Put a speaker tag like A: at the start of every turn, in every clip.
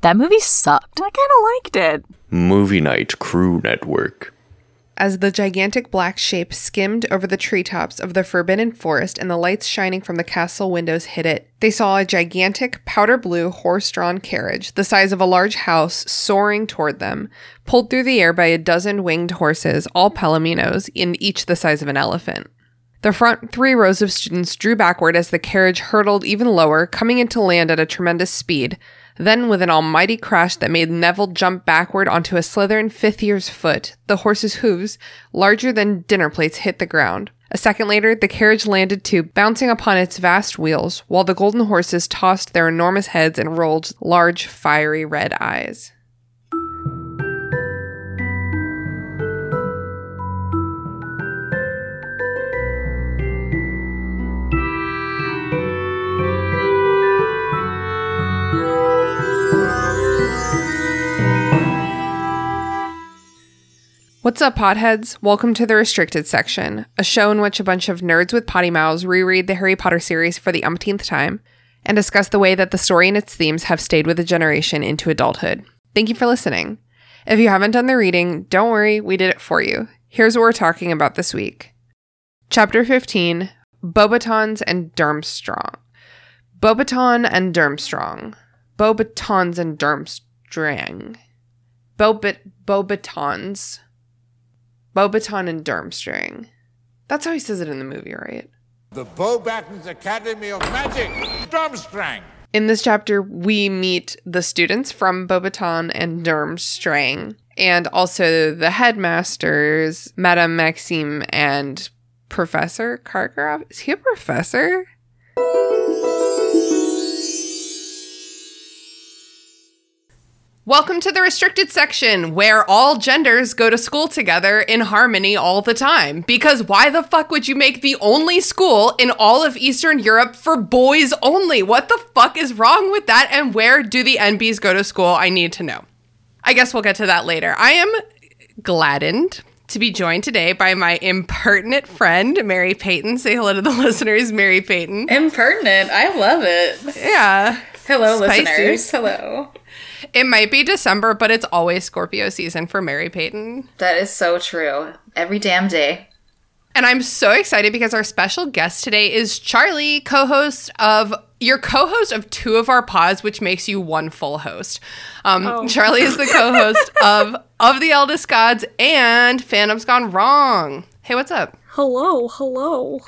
A: That movie sucked.
B: I kind of liked it.
C: Movie Night Crew Network.
D: As the gigantic black shape skimmed over the treetops of the forbidden forest and the lights shining from the castle windows hit it, they saw a gigantic powder blue horse drawn carriage, the size of a large house, soaring toward them, pulled through the air by a dozen winged horses, all Palominos, and each the size of an elephant. The front three rows of students drew backward as the carriage hurtled even lower, coming into land at a tremendous speed. Then, with an almighty crash that made Neville jump backward onto a Slytherin fifth year's foot, the horse's hooves, larger than dinner plates, hit the ground. A second later, the carriage landed too, bouncing upon its vast wheels, while the golden horses tossed their enormous heads and rolled large, fiery red eyes. What's up, potheads? Welcome to the Restricted Section, a show in which a bunch of nerds with potty mouths reread the Harry Potter series for the umpteenth time and discuss the way that the story and its themes have stayed with a generation into adulthood. Thank you for listening. If you haven't done the reading, don't worry, we did it for you. Here's what we're talking about this week Chapter 15 Bobatons and Durmstrong. Bobaton and Durmstrong. Bobatons and Durmstrang. Bobit Bobatons. Bobaton and Durmstrang. That's how he says it in the movie, right?
E: The Bobatons Academy of Magic, Drumstrang.
D: In this chapter, we meet the students from Bobaton and Durmstrang, and also the headmasters, Madame Maxime and Professor Karkaroff. Is he a professor? Welcome to the restricted section where all genders go to school together in harmony all the time. Because why the fuck would you make the only school in all of Eastern Europe for boys only? What the fuck is wrong with that? And where do the NBs go to school? I need to know. I guess we'll get to that later. I am gladdened to be joined today by my impertinent friend, Mary Payton. Say hello to the listeners, Mary Payton.
F: Impertinent. I love it.
D: Yeah.
F: Hello,
D: Spicy.
F: listeners. Hello.
D: It might be December, but it's always Scorpio season for Mary Payton.
F: That is so true. Every damn day.
D: And I'm so excited because our special guest today is Charlie, co host of. You're co host of two of our pods, which makes you one full host. Um, Charlie is the co host of Of the Eldest Gods and Phantoms Gone Wrong. Hey, what's up?
B: Hello, hello.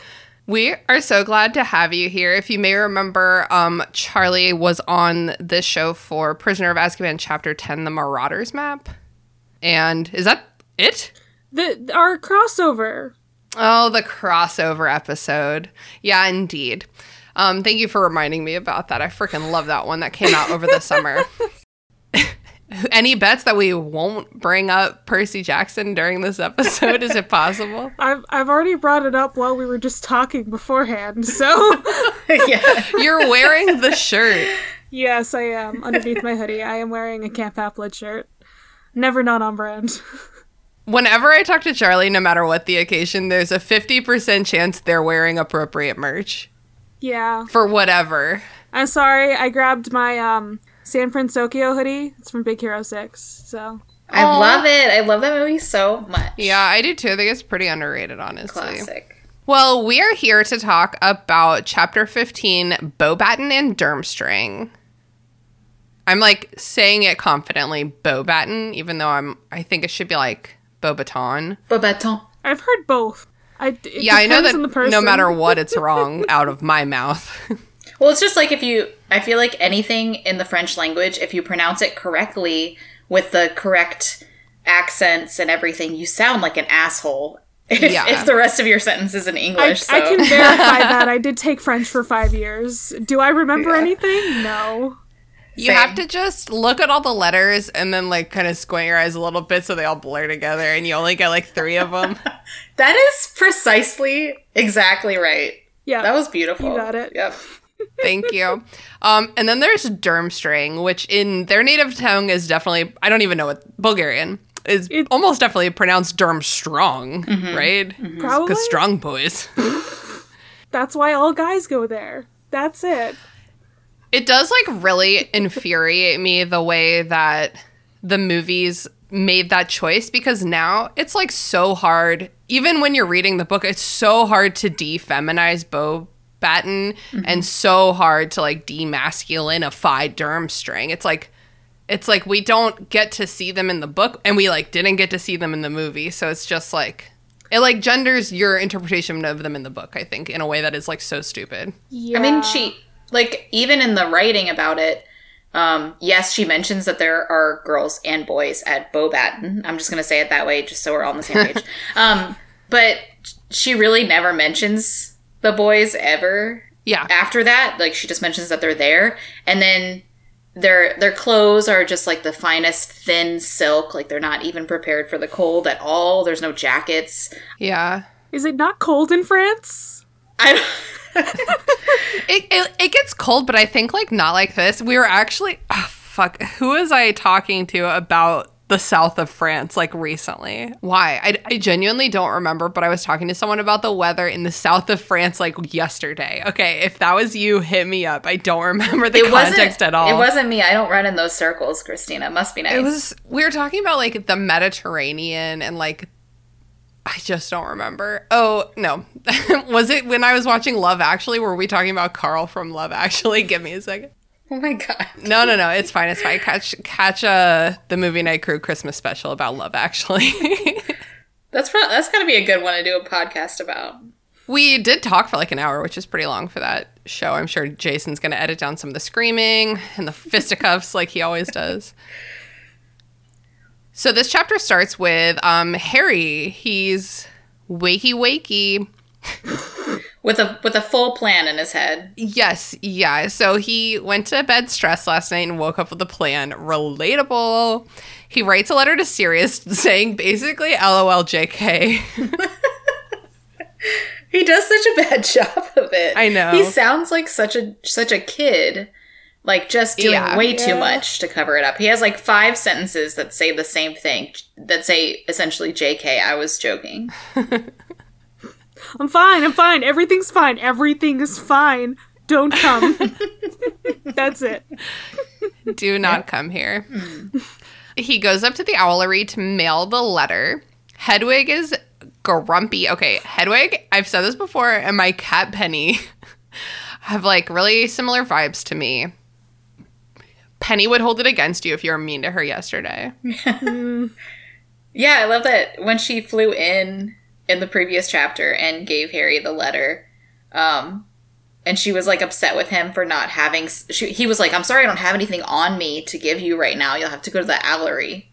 D: We are so glad to have you here. If you may remember, um, Charlie was on this show for Prisoner of Azkaban Chapter 10, The Marauders Map. And is that it?
B: The our crossover.
D: Oh, the crossover episode. Yeah, indeed. Um, thank you for reminding me about that. I freaking love that one that came out over the summer. Any bets that we won't bring up Percy Jackson during this episode? Is it possible?
B: I've I've already brought it up while we were just talking beforehand. So
F: yeah.
D: You're wearing the shirt.
B: yes, I am underneath my hoodie. I am wearing a Camp Haplet shirt. Never not on brand.
D: Whenever I talk to Charlie, no matter what the occasion, there's a 50% chance they're wearing appropriate merch
B: Yeah,
D: for whatever.
B: I'm sorry. I grabbed my um San Francisco hoodie. It's from Big Hero Six. So
F: I love it. I love that movie so much.
D: Yeah, I do too. I think it's pretty underrated, honestly.
F: Classic.
D: Well, we are here to talk about chapter 15, Bobaton and Durmstrang. I'm like saying it confidently, Bobaton, even though I'm I think it should be like Bobaton.
F: Bobaton.
B: I've heard both. I it
D: Yeah, I know
B: depends
D: that
B: on the person.
D: no matter what it's wrong out of my mouth.
F: Well, it's just like if you, I feel like anything in the French language, if you pronounce it correctly with the correct accents and everything, you sound like an asshole. If,
D: Yeah.
F: if the rest of your sentence is in
B: I,
F: English,
B: I
F: so.
B: can verify that I did take French for five years. Do I remember anything? No.
D: You have
F: Same.
D: to just look at all the letters and then like kind of squint your eyes a little bit so they all blur together and you only get like 3 of them.
F: that is precisely exactly right.
B: Yeah.
F: That was beautiful.
B: You got it.
F: Yep.
D: Thank you. Um, and then there's Durmstrang, which in their native tongue is definitely, I don't even know what, Bulgarian, is
B: It-
D: almost definitely pronounced Durmstrong, right?
B: Probably.
D: Because strong boys.
B: That's why all guys go there. That's it.
D: It does like really infuriate me the way that the movies made that choice because now it's like so hard. Even when you're reading the book, it's so hard to defeminize Bo Batten and so hard to like demasculinify Durmstrang. It's like it's like we don't get to see them in the book and we like didn't get to see them in the movie. So it's just like it like genders your interpretation of them in the book, I think, in a way that is like so stupid.
B: Yeah.
F: I mean, she like even in the writing about it. Um, yes, she mentions that there are girls and boys at Bobaton. I'm just gonna say it that way, just so we're all on the same page. um, but she really never mentions the boys ever
D: Yeah.
F: after that. Like she just mentions that they're there, and then their their clothes are just like the finest thin silk. Like they're not even prepared for the cold at all. There's no jackets.
D: Yeah.
B: Is it not cold in France?
F: I
D: It, it, it gets cold, but I think like not like this. We were actually ah, fuck. Who was I talking to about the south of France like recently? Why? I, I genuinely don't remember, but I was talking to someone about the weather in the south of France like yesterday. Okay, if that was you, hit me up. I don't remember the
F: it wasn't
D: context at all.
F: It wasn't me. I don't run in those circles, Christina. Must be nice.
D: It was. We were talking about like the Mediterranean and like. I just don't remember. Oh no, was it when I was watching Love Actually? Were we talking about Carl from Love Actually? Give me a second.
F: oh my god.
D: No, no, no. It's fine. It's fine. Catch catch uh, the movie night crew Christmas special about love. Actually,
F: That's pro- that's gonna be a good one to do a podcast about.
D: we did talk for like an hour, which is pretty long for that show. I'm sure Jason's going to edit down some of the screaming and the fisticuffs, like he always does. So this chapter starts with um, Harry. He's wakey wakey.
F: With a with a full plan in his head.
D: Yes, yeah. So he went to bed stressed last night and woke up with a plan. Relatable. He writes a letter to Sirius saying basically LOLJK.
F: He does such a bad job of it.
D: I know.
F: He sounds like such a such a kid. Like just doing
D: Yeah.
F: way too much to cover it up. He has like five sentences that say the same thing that say essentially JK, I was joking.
B: I'm fine. I'm fine. Everything's fine. Everything is fine. Don't come. That's it.
D: Do not come here. He goes up to the owlery to mail the letter. Hedwig is grumpy. Okay, Hedwig, I've said this before, and my cat Penny have like really similar vibes to me. Penny would hold it against you if you were mean to her yesterday.
F: Yeah, I love that when she flew in in the previous chapter and gave Harry the letter. Um and she was like upset with him for not having s- she, he was like I'm sorry I don't have anything on me to give you right now. You'll have to go to the owlery.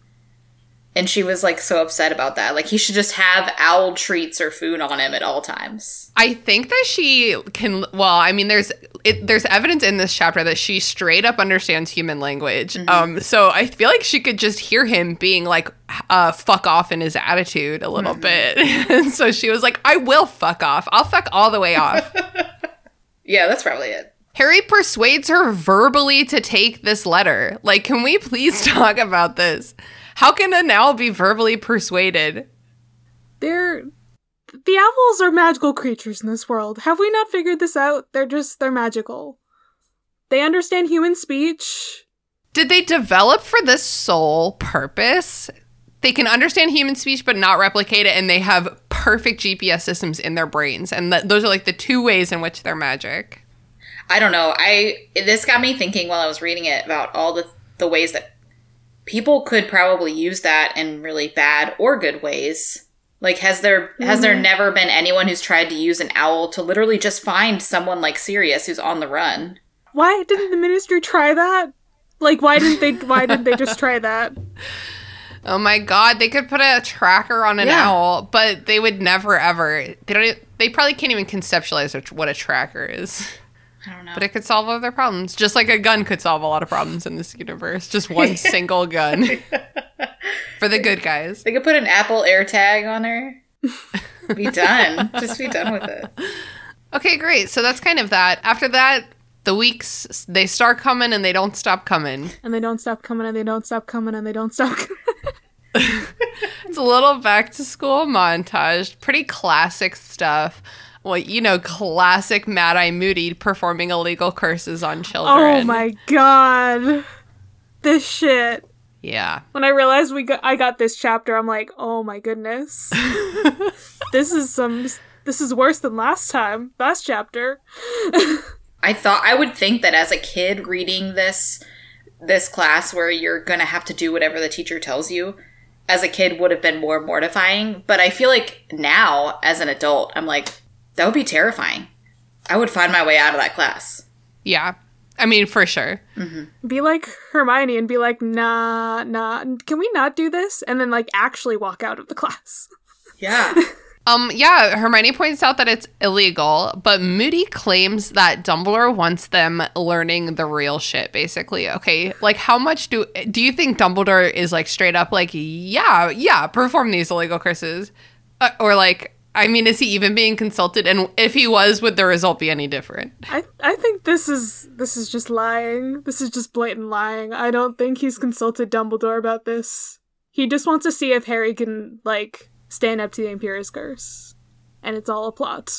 F: And she was like so upset about that. Like he should just have owl treats or food on him at all times.
D: I think that she can. Well, I mean, there's it, there's evidence in this chapter that she straight up understands human language. Um, so I feel like she could just hear him being like, uh, "fuck off" in his attitude a little bit. and so she was like, "I will fuck off. I'll fuck all the way off."
F: Yeah, that's probably it.
D: Harry persuades her verbally to take this letter. Like, can we please talk about this? How can an owl be verbally persuaded?
B: They're the owls are magical creatures in this world. Have we not figured this out? They're just they're magical. They understand human speech.
D: Did they develop for this sole purpose? They can understand human speech but not replicate it, and they have perfect GPS systems in their brains. And th- those are like the two ways in which they're magic.
F: I don't know. I this got me thinking while I was reading it about all the the ways that people could probably use that in really bad or good ways. Like has there has there never been anyone who's tried to use an owl to literally just find someone like Sirius who's on the run?
B: Why didn't the ministry try that? Like why didn't they why didn't they just try that?
D: Oh my god, they could put a tracker on an
F: Yeah.
D: owl, but they would never ever. They don't. e- They probably can't even conceptualize a tr- what a tracker is.
F: I don't know.
D: But it could solve all their problems, just like a gun could solve a lot of problems in this universe. Just one single gun for the good guys.
F: they could put an Apple AirTag on her. be done. Just be done with it.
D: Okay, great. So that's kind of that. After that, the weeks they start coming and they don't stop coming.
B: And they don't stop coming and they don't stop coming and they don't stop coming.
D: It's a little back to school montage, pretty classic stuff. Well, you know, classic Mad Eye Moody performing illegal curses on children.
B: Oh my god. This shit.
D: Yeah.
B: When I realized we got, I got this chapter, I'm like, "Oh my goodness. this is some this is worse than last time. Last chapter."
F: I thought I would think that as a kid reading this this class where you're going to have to do whatever the teacher tells you as a kid would have been more mortifying, but I feel like now as an adult I'm like that would be terrifying. I would find my way out of that class.
D: Yeah. I mean, for sure.
B: Be like Hermione and be like, "Nah, nah. Can we not do this?" And then like actually walk out of the class.
F: Yeah.
D: Um, yeah, Hermione points out that it's illegal, but Moody claims that Dumbledore wants them learning the real shit, basically. Okay, like how much do do you think Dumbledore is like straight up like, yeah, yeah, perform these illegal curses, uh, or like, I mean, is he even being consulted? And if he was, would the result be any different?
B: I I think this is this is just lying. This is just blatant lying. I don't think he's consulted Dumbledore about this. He just wants to see if Harry can like stand up to the Imperius curse, and it's all a plot.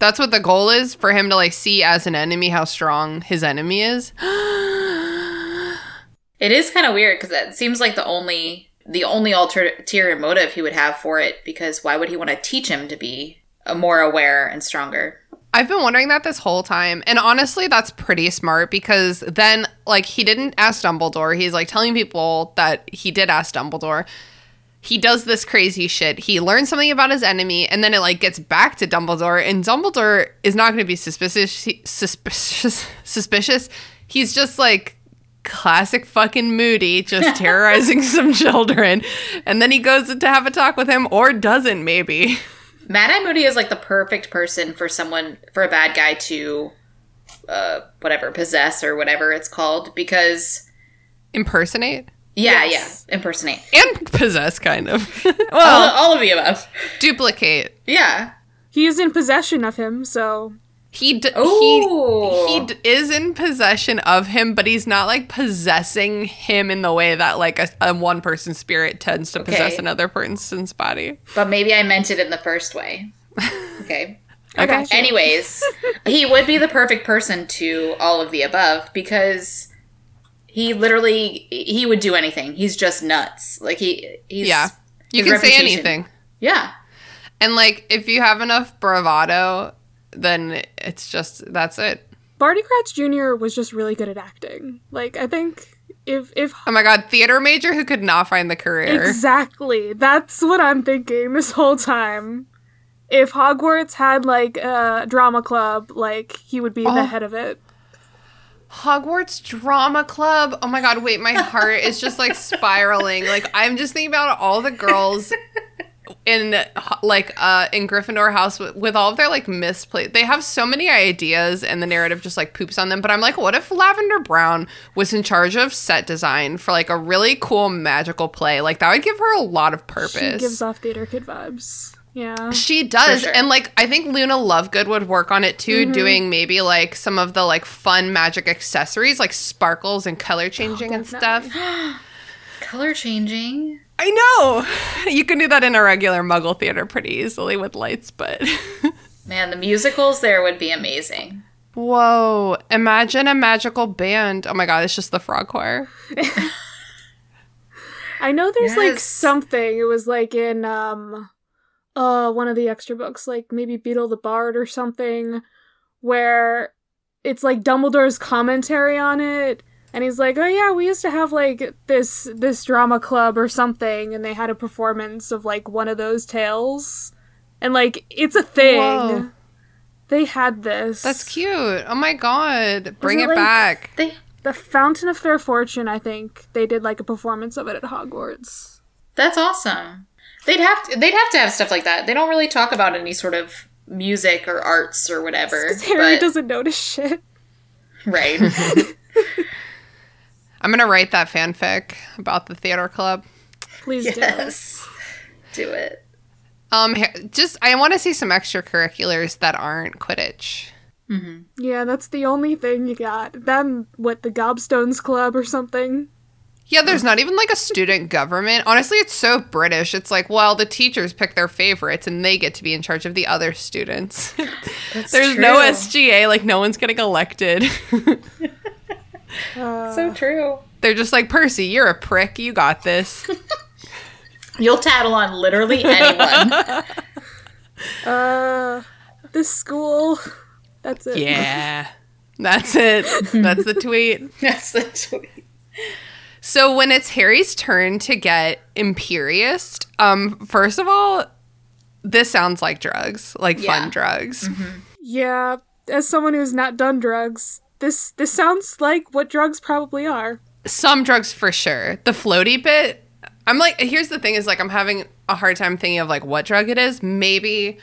D: That's what the goal is for him to like see as an enemy how strong his enemy is.
F: It is kind of weird because that seems like the only the only alter- ulterior motive he would have for it. Because why would he want to teach him to be uh, more aware and stronger?
D: I've been wondering that this whole time. And honestly, that's pretty smart because then, like, he didn't ask Dumbledore. He's like telling people that he did ask Dumbledore. He does this crazy shit. He learns something about his enemy, and then it, like, gets back to Dumbledore. And Dumbledore is not going to be suspicious, he- suspicious, suspicious. He's just like, classic fucking moody just terrorizing some children and then he goes to have a talk with him or doesn't maybe
F: Mad Eye Moody is like the perfect person for someone for a bad guy to uh whatever possess or whatever it's called because
D: impersonate
F: yeah
B: Yes.
F: yeah impersonate
D: and possess kind of
F: all,
D: well
F: all of the above
D: duplicate
F: yeah
B: He is in possession of him, so
D: he d-
F: Ooh.
D: he he d- is in possession of him but he's not like possessing him in the way that like a, a one person's spirit tends to possess
F: Okay.
D: another person's body
F: but maybe I meant it in the first way okay
B: I got you.
F: Anyways, he would be the perfect person to all of the above because he literally he would do anything. He's just nuts. Like he he's
D: yeah you
F: his
D: can say
F: reputation.
D: anything
F: Yeah.
D: and like if you have enough bravado then it's just that's it
B: Barty Crouch Jr. was just really good at acting. Like I think if if
D: oh my god theater major who could not find the career
B: exactly that's what I'm thinking this whole time. If Hogwarts had like a drama club, like he would be the head of it.
D: Hogwarts Drama Club. Oh my god, wait, my heart is just like spiraling. Like I'm just thinking about all the girls in like uh in Gryffindor house with, with all of their like misplaced. They have so many ideas and the narrative just like poops on them, but I'm like what if Lavender Brown was in charge of set design for like a really cool magical play? Like that would give her a lot of purpose.
B: He gives off theater kid vibes. Yeah.
D: She does.
F: sure.
D: And like I think Luna Lovegood would work on it too, doing maybe like some of the like fun magic accessories, like sparkles and color changing and stuff.
F: Color changing.
D: I know. You can do that in a regular muggle theater pretty easily with lights, but
F: Man, the musicals there would be amazing.
D: Whoa. Imagine a magical band. Oh my god, it's just the frog choir.
B: I know there's like
F: Yes.
B: something. It was like in um uh one of the extra books, like maybe Beetle the Bard or something, where it's like Dumbledore's commentary on it. And he's like, "Oh yeah, we used to have like this this drama club or something, and they had a performance of like one of those tales, and like it's a thing.
D: Whoa.
B: They had this.
D: That's cute. Oh my god. Bring
B: it
D: it
B: like-
D: back.
F: They
B: The Fountain of Fair Fortune. I think they did like a performance of it at Hogwarts.
F: That's awesome. They'd have to, they'd have to have stuff like that. They don't really talk about any sort of music or arts or whatever.
B: Because Harry
F: but-
B: doesn't notice shit.
F: right.
D: I'm going to write that fanfic about the theater club.
B: Please do.
F: yes. Do it.
D: Um ha- just I want to see some extracurriculars that aren't Quidditch.
B: Yeah, that's the only thing you got. Then what? The Gobstones Club or something?
D: Yeah, there's not even like a student government. Honestly, it's so British. It's like, well, the teachers pick their favorites and they get to be in charge of the other students. there's no
F: true.
D: SGA, like no one's getting elected.
F: So true.
D: They're just like, Percy, you're a prick. You got this.
F: You'll tattle on literally anyone.
B: Uh, this school. That's it.
D: yeah. That's it. That's the tweet.
F: That's the tweet.
D: So when it's Harry's turn to get imperious, um, first of all, this sounds like drugs, like
F: Yeah.
D: fun drugs.
B: Yeah, as someone who's not done drugs, this this sounds like what drugs probably are.
D: Some drugs for sure. The floaty bit, I'm like, here's the thing is like, I'm having a hard time thinking of like what drug it is. Maybe,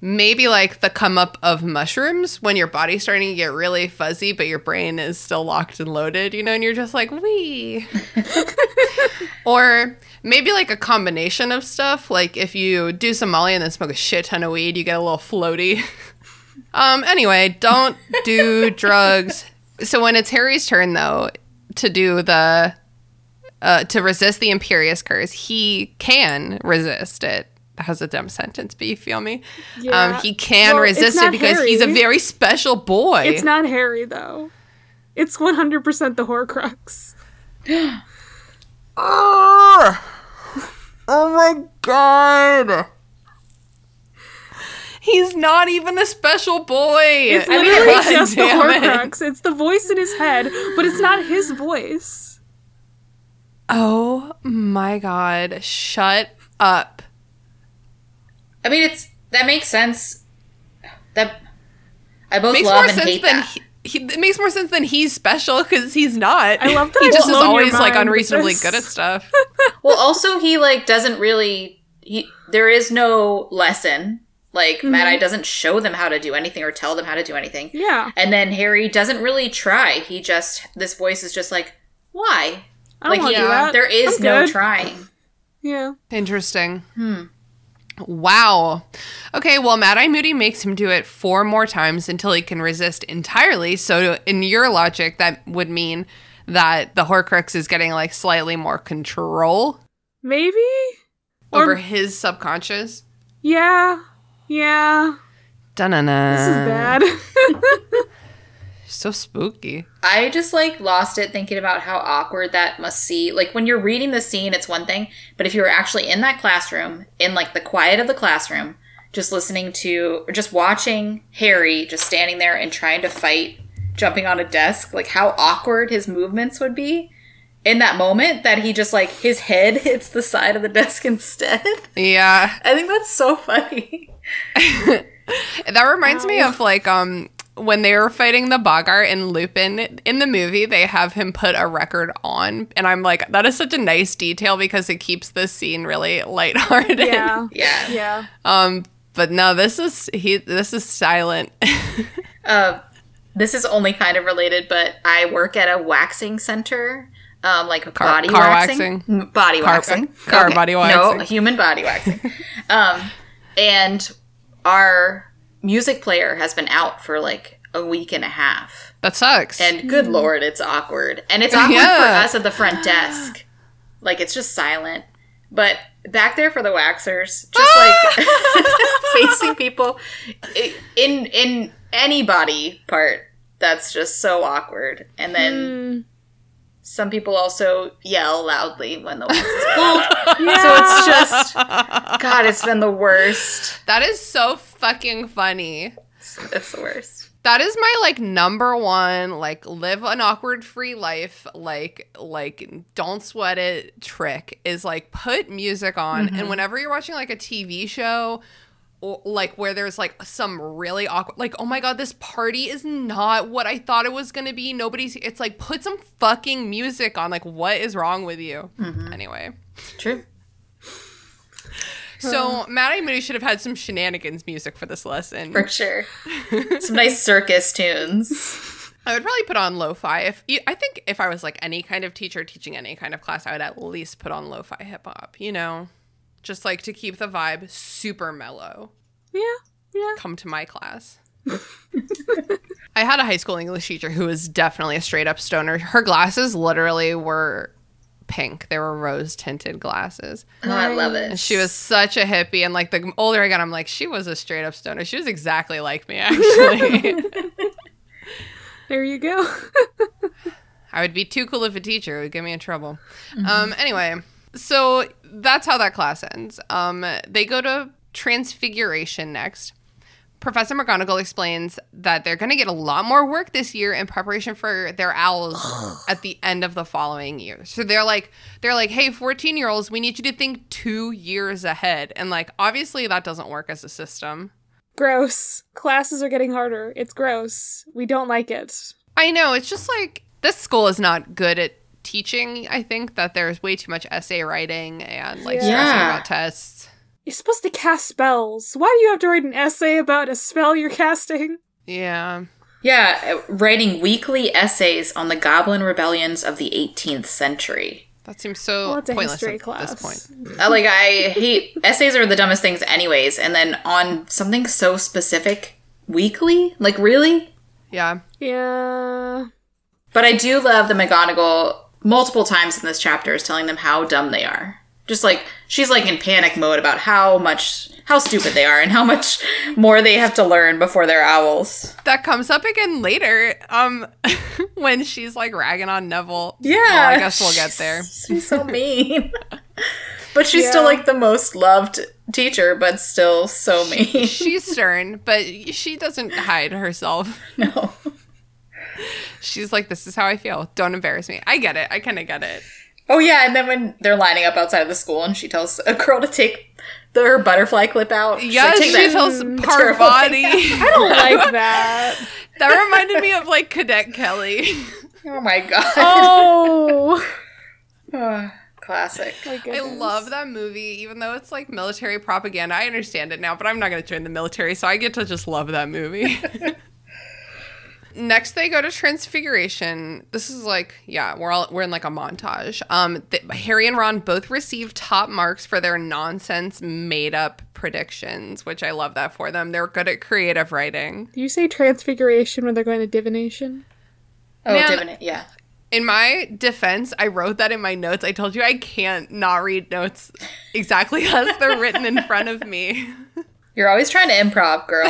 D: maybe like the come up of mushrooms when your body's starting to get really fuzzy, but your brain is still locked and loaded, you know, and you're just like, wee. Or maybe like a combination of stuff. Like if you do some Molly and then smoke a shit ton of weed, you get a little floaty. um, anyway, don't do drugs. So when it's Harry's turn though to do the uh, to resist the imperious curse, he can resist it. That has a dumb sentence, but you feel me?
B: Yeah.
D: Um, he can
B: Well, it's
D: resist it
B: not
D: because he's a
B: Harry.
D: very special boy.
B: It's not Harry though. It's 100% the Horcrux.
D: Arrgh. Oh my god. He's not even a special boy.
B: It's
D: I mean,
B: literally
D: God
B: just the
D: damn it.
B: Horcrux. It's the voice in his head, but it's not his voice.
D: Oh my god. Shut up.
F: I mean, it's that makes sense. That I both
D: Makes
F: love
D: more
F: and
D: sense
F: hate
D: than
F: that.
D: he, he, it makes more sense than he's special because he's not.
B: I love that
D: he
B: I
D: just is
B: blown your
D: always like
B: mind with
D: unreasonably
B: this.
D: good at stuff.
F: Well, also he like doesn't really. He there is no lesson. Like Mad Eye doesn't show them how to do anything or tell them how to do anything.
B: Yeah.
F: And then Harry doesn't really try. He just this voice is just like, why?
B: I don't
F: Like,
B: want to
D: yeah,
B: do that.
F: There is
B: I'm
F: no
B: good.
F: trying.
B: Yeah.
D: Interesting. Hmm. Wow. Okay, well, Mad Eye Moody makes him do it four more times until he can resist entirely. So, in your logic, that would mean that the Horcrux is getting like slightly more control
B: Maybe? Or-
D: over his subconscious.
B: Yeah. Yeah.
D: Dun-na-na.
B: This is bad.
D: So spooky.
F: I just like lost it thinking about how awkward that must see. Like when you're reading the scene, it's one thing, but if you were actually in that classroom, in like the quiet of the classroom, just listening to or just watching Harry just standing there and trying to fight, jumping on a desk, like how awkward his movements would be in that moment that he just like his head hits the side of the desk instead.
D: Yeah.
F: I think that's so funny.
D: That reminds me of like um when they were fighting the Boggart and Lupin in the movie, they have him put a record on, and I'm like, that is such a nice detail because it keeps this scene really lighthearted.
B: yeah.
F: Yeah.
B: Yeah.
D: Um, but no, this is he. This is silent.
F: Uh, this is only kind of related, but I work at a waxing center, um, like
D: Car-
F: body
D: car
F: waxing,
D: waxing?
F: Mm, body
D: Car-
F: waxing,
D: car body
F: no,
D: waxing.
F: human body waxing. um, and our music player has been out for like a week and a half,
D: that sucks.
F: and good lord, it's awkward, and it's awkward
D: Yeah.
F: for us at the front desk, like it's just silent, but. Back there for the waxers, just like facing people i- in in any body part that's just so awkward and then some people also yell loudly when the wax is pulled so it's just god it's been the worst
D: that is so fucking funny.
F: it's the worst
D: That is my like number one like live an awkward free life like like don't sweat it trick is like put music on and whenever you're watching like a TV show or like where there's like some really awkward like oh my god this party is not what I thought it was going to be nobody's it's like put some fucking music on like what is wrong with you anyway
F: true
D: so Maddie Moody should have had some shenanigans music for this lesson
F: for sure some nice circus tunes
D: I would probably put on lo-fi if I think if I was like any kind of teacher teaching any kind of class, I would at least put on lo-fi hip hop. You know, just like to keep the vibe super mellow.
B: Yeah. Yeah.
D: Come to my class. I had a high school English teacher who was definitely a straight up stoner. Her glasses literally were pink. They were rose tinted glasses.
F: Oh, I love
D: And
F: it.
D: she was such a hippie. And like the older I got, I'm like, she was a straight up stoner. She was exactly like me, actually.
B: There you go.
D: I would be too cool if a teacher would get me in trouble. Um, anyway, so that's how that class ends. Um, they go to Transfiguration next. Professor McGonagall explains that they're going to get a lot more work this year in preparation for their owls at the end of the following year. So they're like, they're like, hey, 14 year olds, we need you to think two years ahead. And like, obviously, that doesn't work as a system.
B: gross. Classes are getting harder. It's gross. We don't like it.
D: I know. It's just like this school is not good at teaching. I think that there's way too much essay writing and like stressing
F: Yeah.
D: about tests.
B: You're supposed to cast spells. Why do you have to write an essay about a spell you're casting?
D: Yeah.
F: yeah, uh, writing weekly essays on the goblin rebellions of the 18th century.
D: That seems so
B: Well, it's a
D: Oh, pointless
B: history
D: at
B: class.
D: this point.
F: Uh, like I hate essays are the dumbest things anyways, and then on something so specific weekly? Like really?
D: Yeah.
B: Yeah.
F: But I do love the McGonagall multiple times in this chapter is telling them how dumb they are. Just like she's like in panic mode about how much how stupid they are and how much more they have to learn before they're owls.
D: That comes up again later um when she's like ragging on Neville.
F: Yeah.
D: Well, I guess we'll get there.
F: She's so mean. but she's still like the most loved teacher, but still so mean.
D: She's stern, but she doesn't hide herself.
F: no.
D: She's like, this is how I feel. Don't embarrass me. I get it. I kind of get it.
F: Oh yeah, and then when they're lining up outside of the school and she tells a girl to take the, her butterfly clip out. she's
D: Yeah,
F: like, "Take
D: she
F: that." Oh
D: tells
F: terrible
D: Parvati.
B: I don't like that.
D: that reminded me of like Cadet Kelly.
F: Oh my god.
B: Oh.
F: Ah, Classic.
B: My
D: I
B: goodness.
D: love that movie, even though it's like military propaganda. I understand it now, but I'm not going to join the military, so I get to just love that movie. Next, they go to Transfiguration. This is like, yeah, we're all we're in like a montage. Um, th- Harry and Ron both receive top marks for their nonsense, made up predictions, which I love that for them. They're good at creative writing.
B: Do you say transfiguration when they're going to divination?
F: Oh,
D: Man.
F: Divinate, yeah.
D: In my defense, I wrote that in my notes. I told you I can't not read notes exactly as they're written in front of me.
F: You're always trying to improv, girl.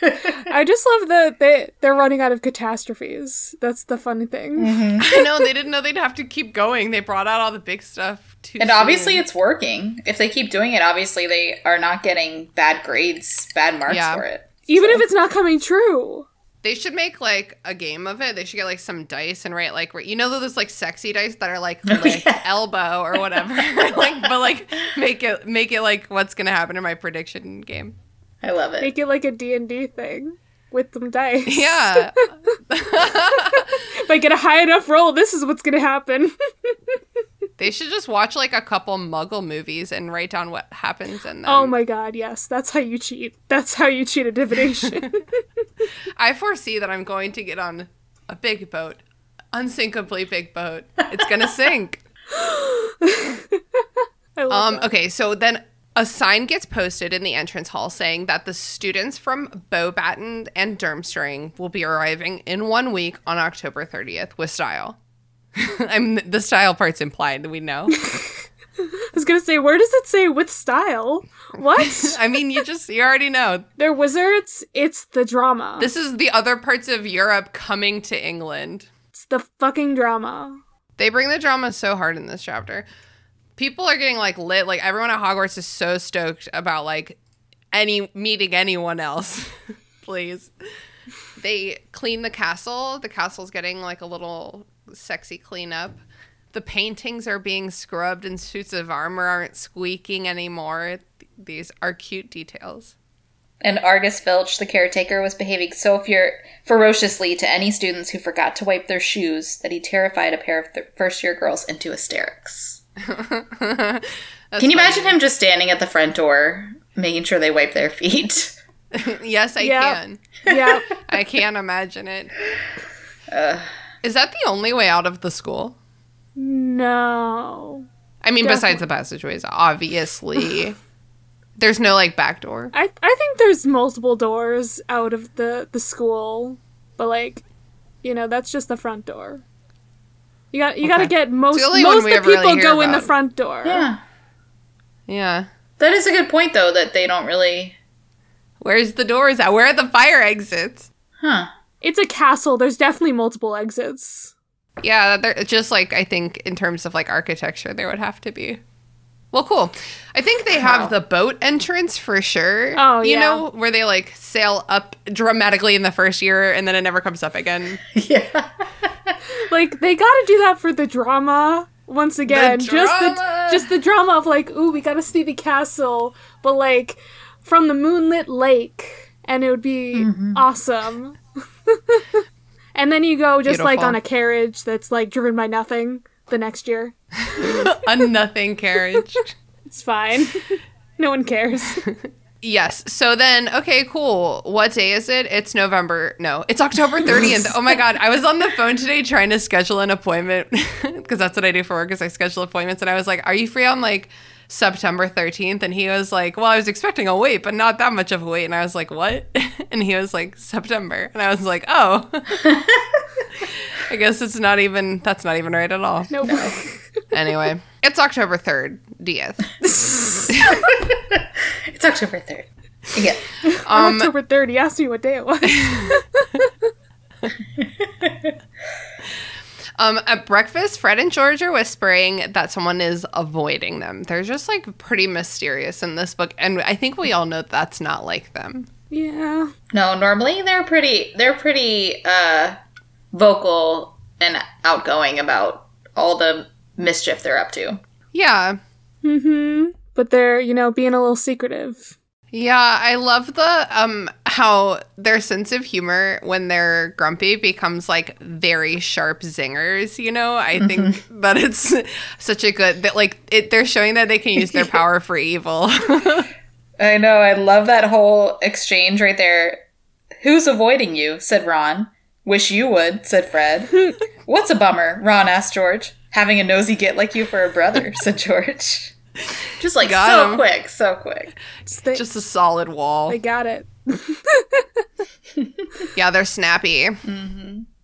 B: I just love that they they're running out of catastrophes. That's the funny thing.
D: I know they didn't know they'd have to keep going. They brought out all the big stuff too.
F: and obviously
D: soon.
F: it's working. If they keep doing it, obviously they are not getting bad grades, bad marks
D: Yeah.
F: for it.
B: Even if it's not coming true.
D: they should make like a game of it. They should get like some dice and write like where- you know those like sexy dice that are like,
F: Oh,
D: like elbow or whatever. like but like make it make it like what's gonna happen in my prediction game.
F: I love it.
B: Make it like a D&D thing with some dice.
D: Yeah,
B: If I get a high enough roll, this is what's going to happen.
D: they should just watch like a couple Muggle movies and write down what happens in them.
B: oh my god, yes. That's how you cheat. That's how you cheat at divination.
D: I foresee that I'm going to get on a big boat, unsinkably big boat. It's gonna sink.
B: I love
D: Um, okay, so then a sign gets posted in the entrance hall saying that the students from Bowbatten and Durmstrang will be arriving in one week on October 30th with style. I'm the style part's implied. We know.
B: I was going to say where does it say with style? What?
D: I mean, you just you already know.
B: they're wizards. It's the drama.
D: This is the other parts of Europe coming to England.
B: It's the fucking drama.
D: They bring the drama so hard in this chapter. People are getting like lit. Like everyone at Hogwarts is so stoked about like any meeting anyone else. Please. They clean the castle. The castle's getting like a little sexy cleanup. The paintings are being scrubbed and suits of armor aren't squeaking anymore. Th- These are cute details.
F: And Argus Filch, the caretaker, was behaving so fer- ferociously to any students who forgot to wipe their shoes that he terrified a pair of th- first year girls into hysterics. Can you imagine him just standing at the front door, making sure they wipe their feet?
D: Yes, I
B: Yeah.
D: can.
B: Yeah.
D: I can't imagine it. Is that the only way out of the school?
B: no.
D: I mean, besides the passageways, obviously. There's no like back door.
B: I I think there's multiple doors out of the the school, but like, you know, that's just the front door. You got you got to get most
D: the only one
B: most
D: we
B: the
D: ever really
B: people
D: hear
B: go in the
D: about.
B: front door.
F: Yeah.
D: Yeah.
F: That is a good point, though, that they don't really.
D: Where's the doors at? Where are the fire exits?
F: Huh.
B: It's a castle. There's definitely multiple exits.
D: Yeah, they're just like I think in terms of like architecture, there would have to be. Well, cool. I think they
F: Wow.
D: have the boat entrance for sure.
B: Oh,
D: you
B: yeah.
D: know where they like sail up dramatically in the first year and then it never comes up again.
F: Yeah.
B: Like they got to do that for the drama once again. Just
D: drama.
B: the just the drama of like, ooh, we got to see the castle, but like from the moonlit lake and it would be
D: Mm-hmm.
B: awesome. and then you go just like
D: Beautiful.
B: on a carriage that's like driven by nothing the next year.
D: A nothing carriage.
B: It's fine. no one cares.
D: Yes. So then, okay, cool. What day is it? It's November. No, it's October 30th. Oh my God. I was on the phone today trying to schedule an appointment because that's what I do for work is I schedule appointments. And I was like, are you free on like September 13th? And he was like, well, I was expecting a wait, but not that much of a wait. And I was like, what? And he was like, September. And I was like, oh, I guess it's not even, that's not even right at all.
B: Nope.
D: Anyway, it's October 3rd, 10th.
F: It's October 3rd. Yeah.
B: On October 30, you asked me what day it was.
D: Um, at breakfast, Fred and George are whispering that someone is avoiding them. They're just like pretty mysterious in this book, and I think we all know that's not like them.
B: yeah.
F: No, normally they're pretty they're pretty uh vocal and outgoing about all the mischief they're up to.
D: Yeah,
B: Mm-hmm. But they're, you know, being a little secretive.
D: yeah. I love the um how their sense of humor when they're grumpy becomes like very sharp zingers. You know, I think that it's such a good that like it, they're showing that they can use their power for evil.
F: I know, I love that whole exchange right there. Who's avoiding you? said Ron. Wish you would, said Fred. What's a bummer? Ron asked George. Having a nosy git like you for a brother, said George. Just like
D: Got
F: so
D: him.
F: quick, so quick.
B: So They,
D: just a solid wall.
B: they got it.
D: Yeah, they're snappy.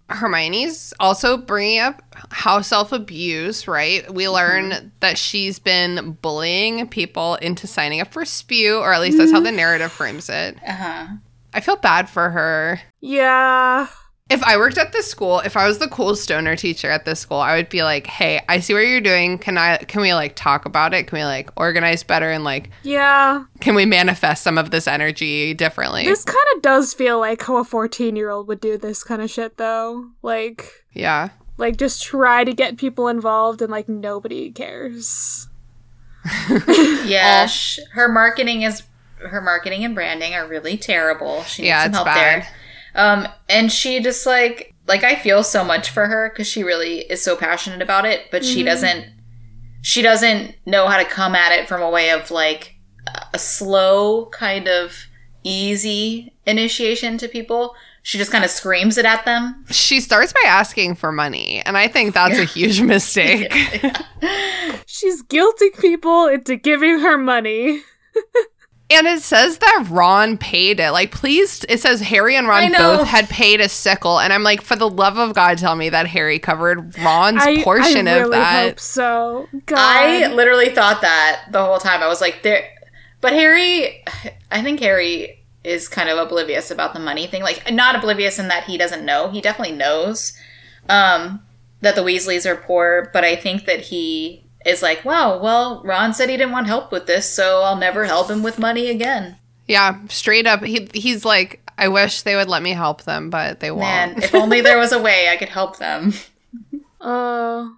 D: Hermione's also bringing up how self abuse, right? We learn that she's been bullying people into signing up for Spew, or at least that's how the narrative frames it.
F: Uh-huh.
D: I feel bad for her.
B: Yeah.
D: If I worked at this school, if I was the cool stoner teacher at this school, I would be like, "Hey, I see what you're doing. Can I? Can we like talk about it? Can we like organize better and like,
B: Yeah.
D: can we manifest some of this energy differently?"
B: This kind of does feel like how a 14 year old would do this kind of shit, though. Like,
D: yeah,
B: like just try to get people involved and like nobody cares.
F: Yeah, Uh, sh- her marketing is her marketing and branding are really terrible. She needs
D: Yeah,
F: some
D: it's
F: help
D: bad.
F: there. Um, and she just like like I feel so much for her because she really is so passionate about it, but
D: Mm-hmm.
F: she doesn't she doesn't know how to come at it from a way of like a- a slow kind of easy initiation to people. She just kind of screams it at them
D: she starts by asking for money, and I think that's a huge mistake.
B: She's guilting people into giving her money.
D: And it says that Ron paid it. Like, please, it says Harry and
F: I
D: Ron
F: know.
D: both had paid a sickle. And I'm like, for the love of God, tell me that Harry covered Ron's
B: I,
D: portion
B: I
D: of
B: really
D: that.
B: hope so. God.
F: I literally thought that the whole time. I was like, there. But Harry, I think Harry is kind of oblivious about the money thing. Like, not oblivious in that he doesn't know. He definitely knows um, that the Weasleys are poor, but I think that he is like, wow, well, Ron said he didn't want help with this, so I'll never help him with money again.
D: Yeah, straight up. He, he's like, I wish they would let me help them, but they won't.
F: Man, if only there was a way I could help them.
B: Uh,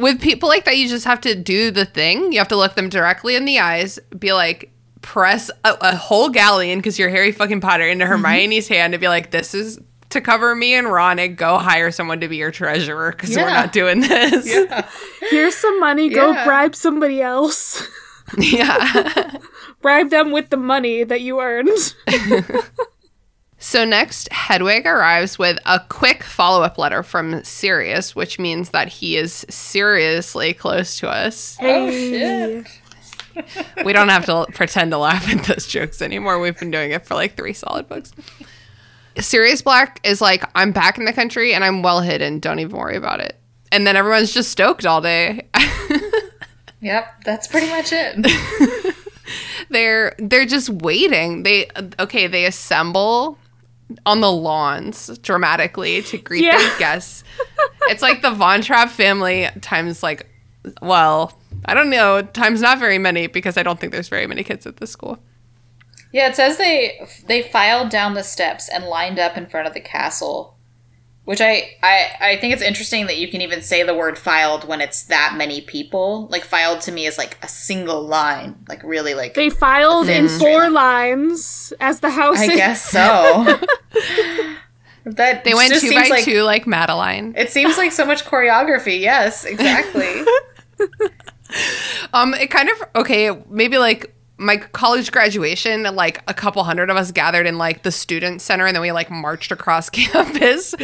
D: With people like that, you just have to do the thing. You have to look them directly in the eyes, be like, press a, a whole galleon because you're Harry fucking Potter into Hermione's hand and be like, this is to cover me and Ron and go hire someone to be your treasurer because we're
F: Yeah.
D: not doing this.
B: here's some money. Go
F: Yeah.
B: bribe somebody else.
D: yeah.
B: bribe them with the money that you earned.
F: Oh,
D: So next, Hedwig arrives with a quick follow up letter from Sirius, which means that he is seriously close to us.
B: Hey.
D: We don't have to l- pretend to laugh at those jokes anymore. We've been doing it for like three solid books. Sirius Black is like, I'm back in the country and I'm well hidden. Don't even worry about it. and then everyone's just stoked all day.
F: Yep, that's pretty much it.
D: they're they're just waiting. They okay, they assemble on the lawns dramatically to greet
B: Yeah.
D: their guests. it's like the Von Trapp family times like well, I don't know, times not very many because I don't think there's very many kids at this school.
F: yeah, it says they they filed down the steps and lined up in front of the castle, which I, I I think it's interesting that you can even say the word filed when it's that many people. Like filed to me is like a single line, like really like
B: They filed in
F: Mhm.
B: four lines as the house.
F: I
B: is-
F: guess so. that
D: They went
F: just
D: two
F: seems
D: by
F: like,
D: two like Madeline.
F: It seems like so much choreography. Yes, exactly.
D: Um, it kind of okay. Maybe like my college graduation, like a couple hundred of us gathered in like the student center, and then we like marched across campus to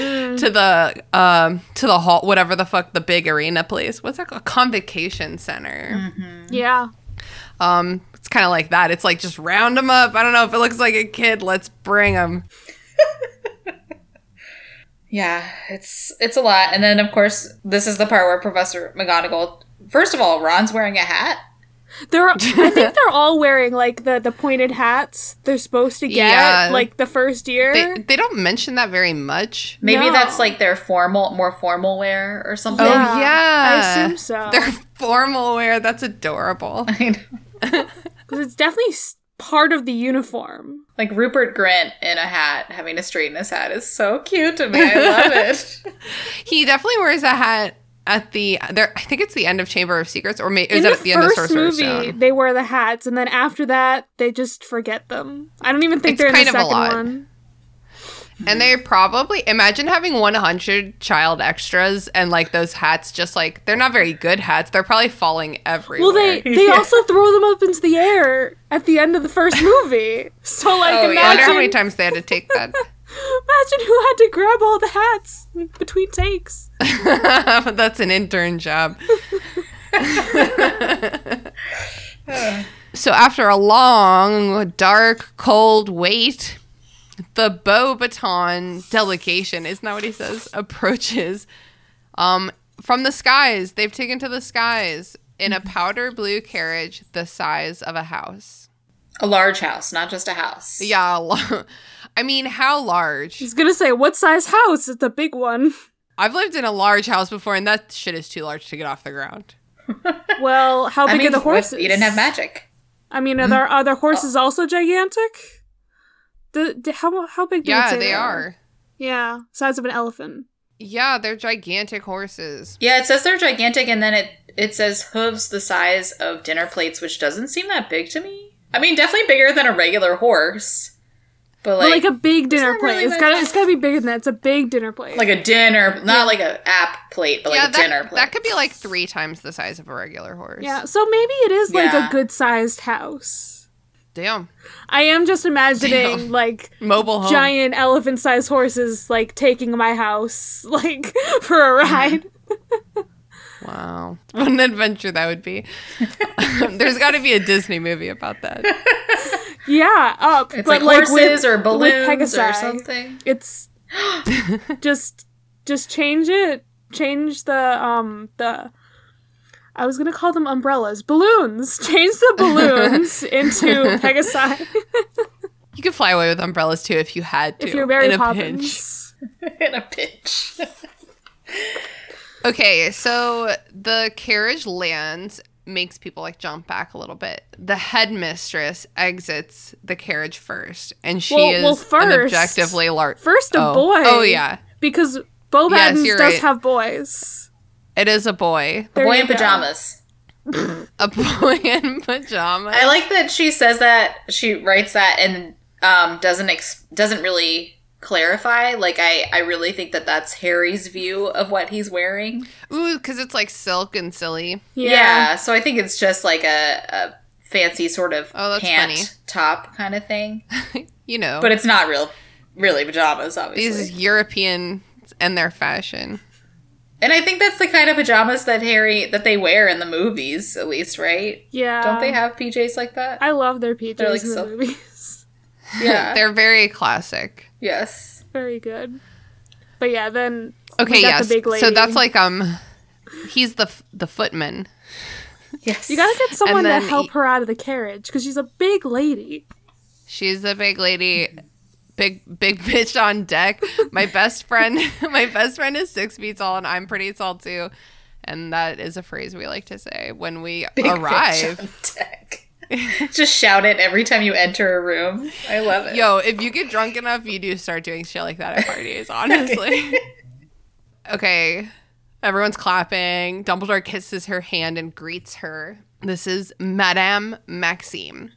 D: the um to the hall, whatever the fuck the big arena place. What's that called? Convocation center.
B: Yeah.
D: Um, it's kind of like that. It's like just round them up. I don't know if it looks like a kid. Let's bring them.
F: Yeah, it's it's a lot. And then of course, this is the part where Professor McGonagall first of all, Ron's wearing a hat.
B: They're I think they're all wearing like the the pointed hats they're supposed to get
D: Yeah.
B: like the first year.
D: They they don't mention that very much.
F: Maybe
B: No.
F: that's like their formal more formal wear or something.
B: Yeah.
D: Oh yeah,
B: I assume so.
D: They're formal wear. That's adorable.
B: Cuz it's definitely s- part of the uniform.
F: like Rupert Grint in a hat having to straighten his hat is so cute to me. I love it.
D: He definitely wears a hat at the there. I think it's the end of Chamber of Secrets, or may, is
B: in
D: it
B: the
D: at the end of
B: first
D: Sorcerer's
B: movie,
D: Stone?
B: they wear the hats and then after that, they just forget them. I don't even think
D: It's
B: they're in the
D: kind of a
B: second
D: lot.
B: one.
D: And they probably imagine having 100 child extras, and like those hats, just like they're not very good hats. They're probably falling everywhere.
B: Well, they they also throw them up into the air at the end of the first movie. So like
F: Oh,
B: imagine
F: yeah.
D: I wonder how many times they had to take that.
B: imagine who had to grab all the hats between takes.
D: That's an intern job. so after a long, dark, cold wait, the Beau Baton delegation, isn't that what he says? Approaches um, from the skies. They've taken to the skies in a powder blue carriage the size of a house.
F: A large house, not just a house.
D: Yeah. lo- I mean, how large?
B: She's gonna say, "What size house?" It's a big one.
D: I've lived in a large house before, and that shit is too large to get off the ground.
B: Well, how
F: I
B: big
F: mean,
B: are the
F: with-
B: horses?
F: you didn't have magic. Oh.
B: I mean, are their, are their horses also gigantic? The, the- how how big? do we
D: Yeah,
B: say
D: they are.
B: Yeah, size of an elephant.
D: Yeah, they're gigantic horses.
F: Yeah, it says they're gigantic, and then it it says hooves the size of dinner plates, which doesn't seem that big to me. I mean, definitely bigger than a regular horse, but
B: But
F: like,
B: like a big dinner
F: not
B: plate.
F: really
B: it's
F: much-
B: gotta it's gotta be bigger than that. It's a big dinner plate.
F: like a dinner, not like a app plate, but like
D: yeah,
F: a
D: that,
F: dinner plate.
D: that could be like three times the size of a regular horse.
B: yeah. So maybe it is like
F: Yeah.
B: a good sized house.
D: Damn.
B: I am just imagining like
D: Mobile home.
B: giant elephant sized horses like taking my house like for a ride.
D: Wow. What an adventure that would be. There's got to be a Disney movie about that.
B: Yeah, up.
F: It's
B: but,
F: like, horses
B: with-
F: or
B: with
F: balloons or
B: Pegasi.
F: something.
B: It's just just change it. Change the um the I was gonna call them umbrellas. Balloons. Change the balloons into Pegasi
D: You could fly away with umbrellas too if you had to.
B: if you're Mary
D: in a pinch.
B: Poppins.
F: In a pinch.
D: Okay, so the carriage lands, makes people like jump back a little bit. The headmistress exits the carriage first, and she
B: Well-
D: is
B: well,
D: an
B: first-
D: objectively large.
B: First a
D: Oh.
B: boy.
D: Oh, yeah.
B: Because Bo
D: Yes,
B: Baddens
D: you're
B: does
D: right.
B: have boys.
D: It is a boy,
B: There
F: Boy
B: you
F: in
B: go.
F: pajamas.
D: a boy in pajamas.
F: I like that she says that she writes that and um, doesn't ex- doesn't really clarify. Like I, I really think that that's Harry's view of what he's wearing.
D: Ooh, because it's like silk and silly.
F: Yeah.
B: Yeah.
F: so I think it's just like a, a fancy sort of
D: Oh, that's
F: pant
D: funny.
F: top kind of thing,
D: You know,
F: but it's not real, really pajamas,
D: these
F: obviously.
D: Europeans and their fashion.
F: and I think that's the kind of pajamas that Harry that they wear in the movies, at least, right?
B: Yeah.
F: Don't they have PJs like that?
B: I love their PJs
F: like
B: in the
F: so-
B: movies. Uh,
F: yeah.
D: They're very classic.
F: yes.
B: Very good. But yeah, then
D: Okay,
B: got
D: yes.
B: the big
D: So
B: lady.
D: that's like um He's the f- the footman.
F: Yes.
B: You gotta get someone to
D: then e
B: help
D: y-
B: her out of the carriage because she's a big lady.
D: She's a big lady, big big bitch on deck. My best friend, my best friend is six feet tall, and I'm pretty tall too. And that is a phrase we like to say when we
F: Big bitch
D: arrive.
F: on deck. Just shout it every time you enter a room. I love it.
D: Yo, if you get drunk enough, you do start doing shit like that at parties, honestly. okay. Everyone's clapping. Dumbledore kisses her hand and greets her. This is Madame Maxime.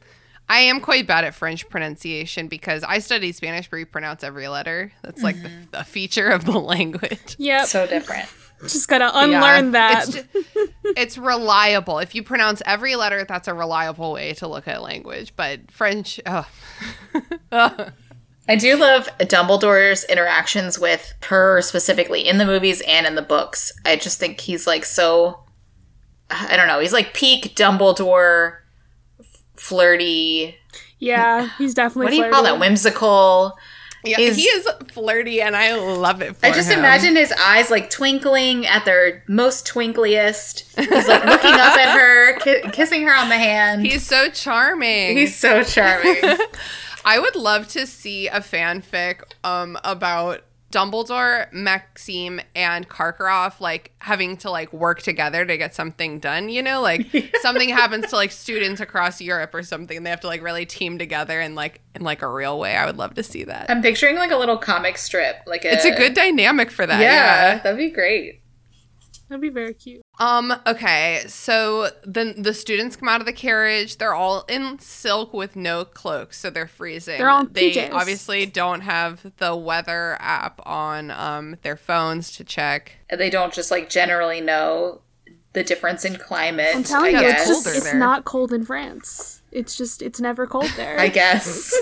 D: I am quite bad at French pronunciation because I studied Spanish where you pronounce every letter. That's like the, the feature of the language.
B: Yep.
F: So different.
B: just gotta unlearn
D: Yeah. It's,
B: that.
D: ju- it's reliable. If you pronounce every letter, that's a reliable way to look at language. But French, oh.
F: I do love Dumbledore's interactions with her specifically in the movies and in the books. I just think he's like so I don't know, he's like peak Dumbledore f- flirty.
B: yeah, he's definitely.
F: What do you call that?
B: flirty.
F: Whimsical.
D: Yeah,
F: is-
D: he is flirty, and I love it. For
F: I just
D: him.
F: imagine his eyes like twinkling at their most twinkliest. He's like looking up at her, ki- kissing her on the hand.
D: he's so charming.
F: He's so charming.
D: I would love to see a fanfic um about Dumbledore, Maxime, and Karkaroff like having to like work together to get something done. You know, like something happens to like students across Europe or something, and they have to like really team together in like in like a real way. I would love to see that.
F: I'm picturing like a little comic strip. Like a,
D: It's a good dynamic for that.
F: yeah, that'd be great.
B: That'd be very cute.
D: Um, okay, so then the students come out of the carriage. They're all in silk with no cloaks, so they're freezing.
B: They're all in
D: they
B: PJs.
D: obviously don't have the weather app on um their phones to check.
F: And they don't just like generally know the difference in climate.
B: I'm telling
F: I
B: you,
F: guess.
B: it's just
D: Colder
B: it's
D: there.
B: not cold in France. It's just it's never cold there.
F: I guess.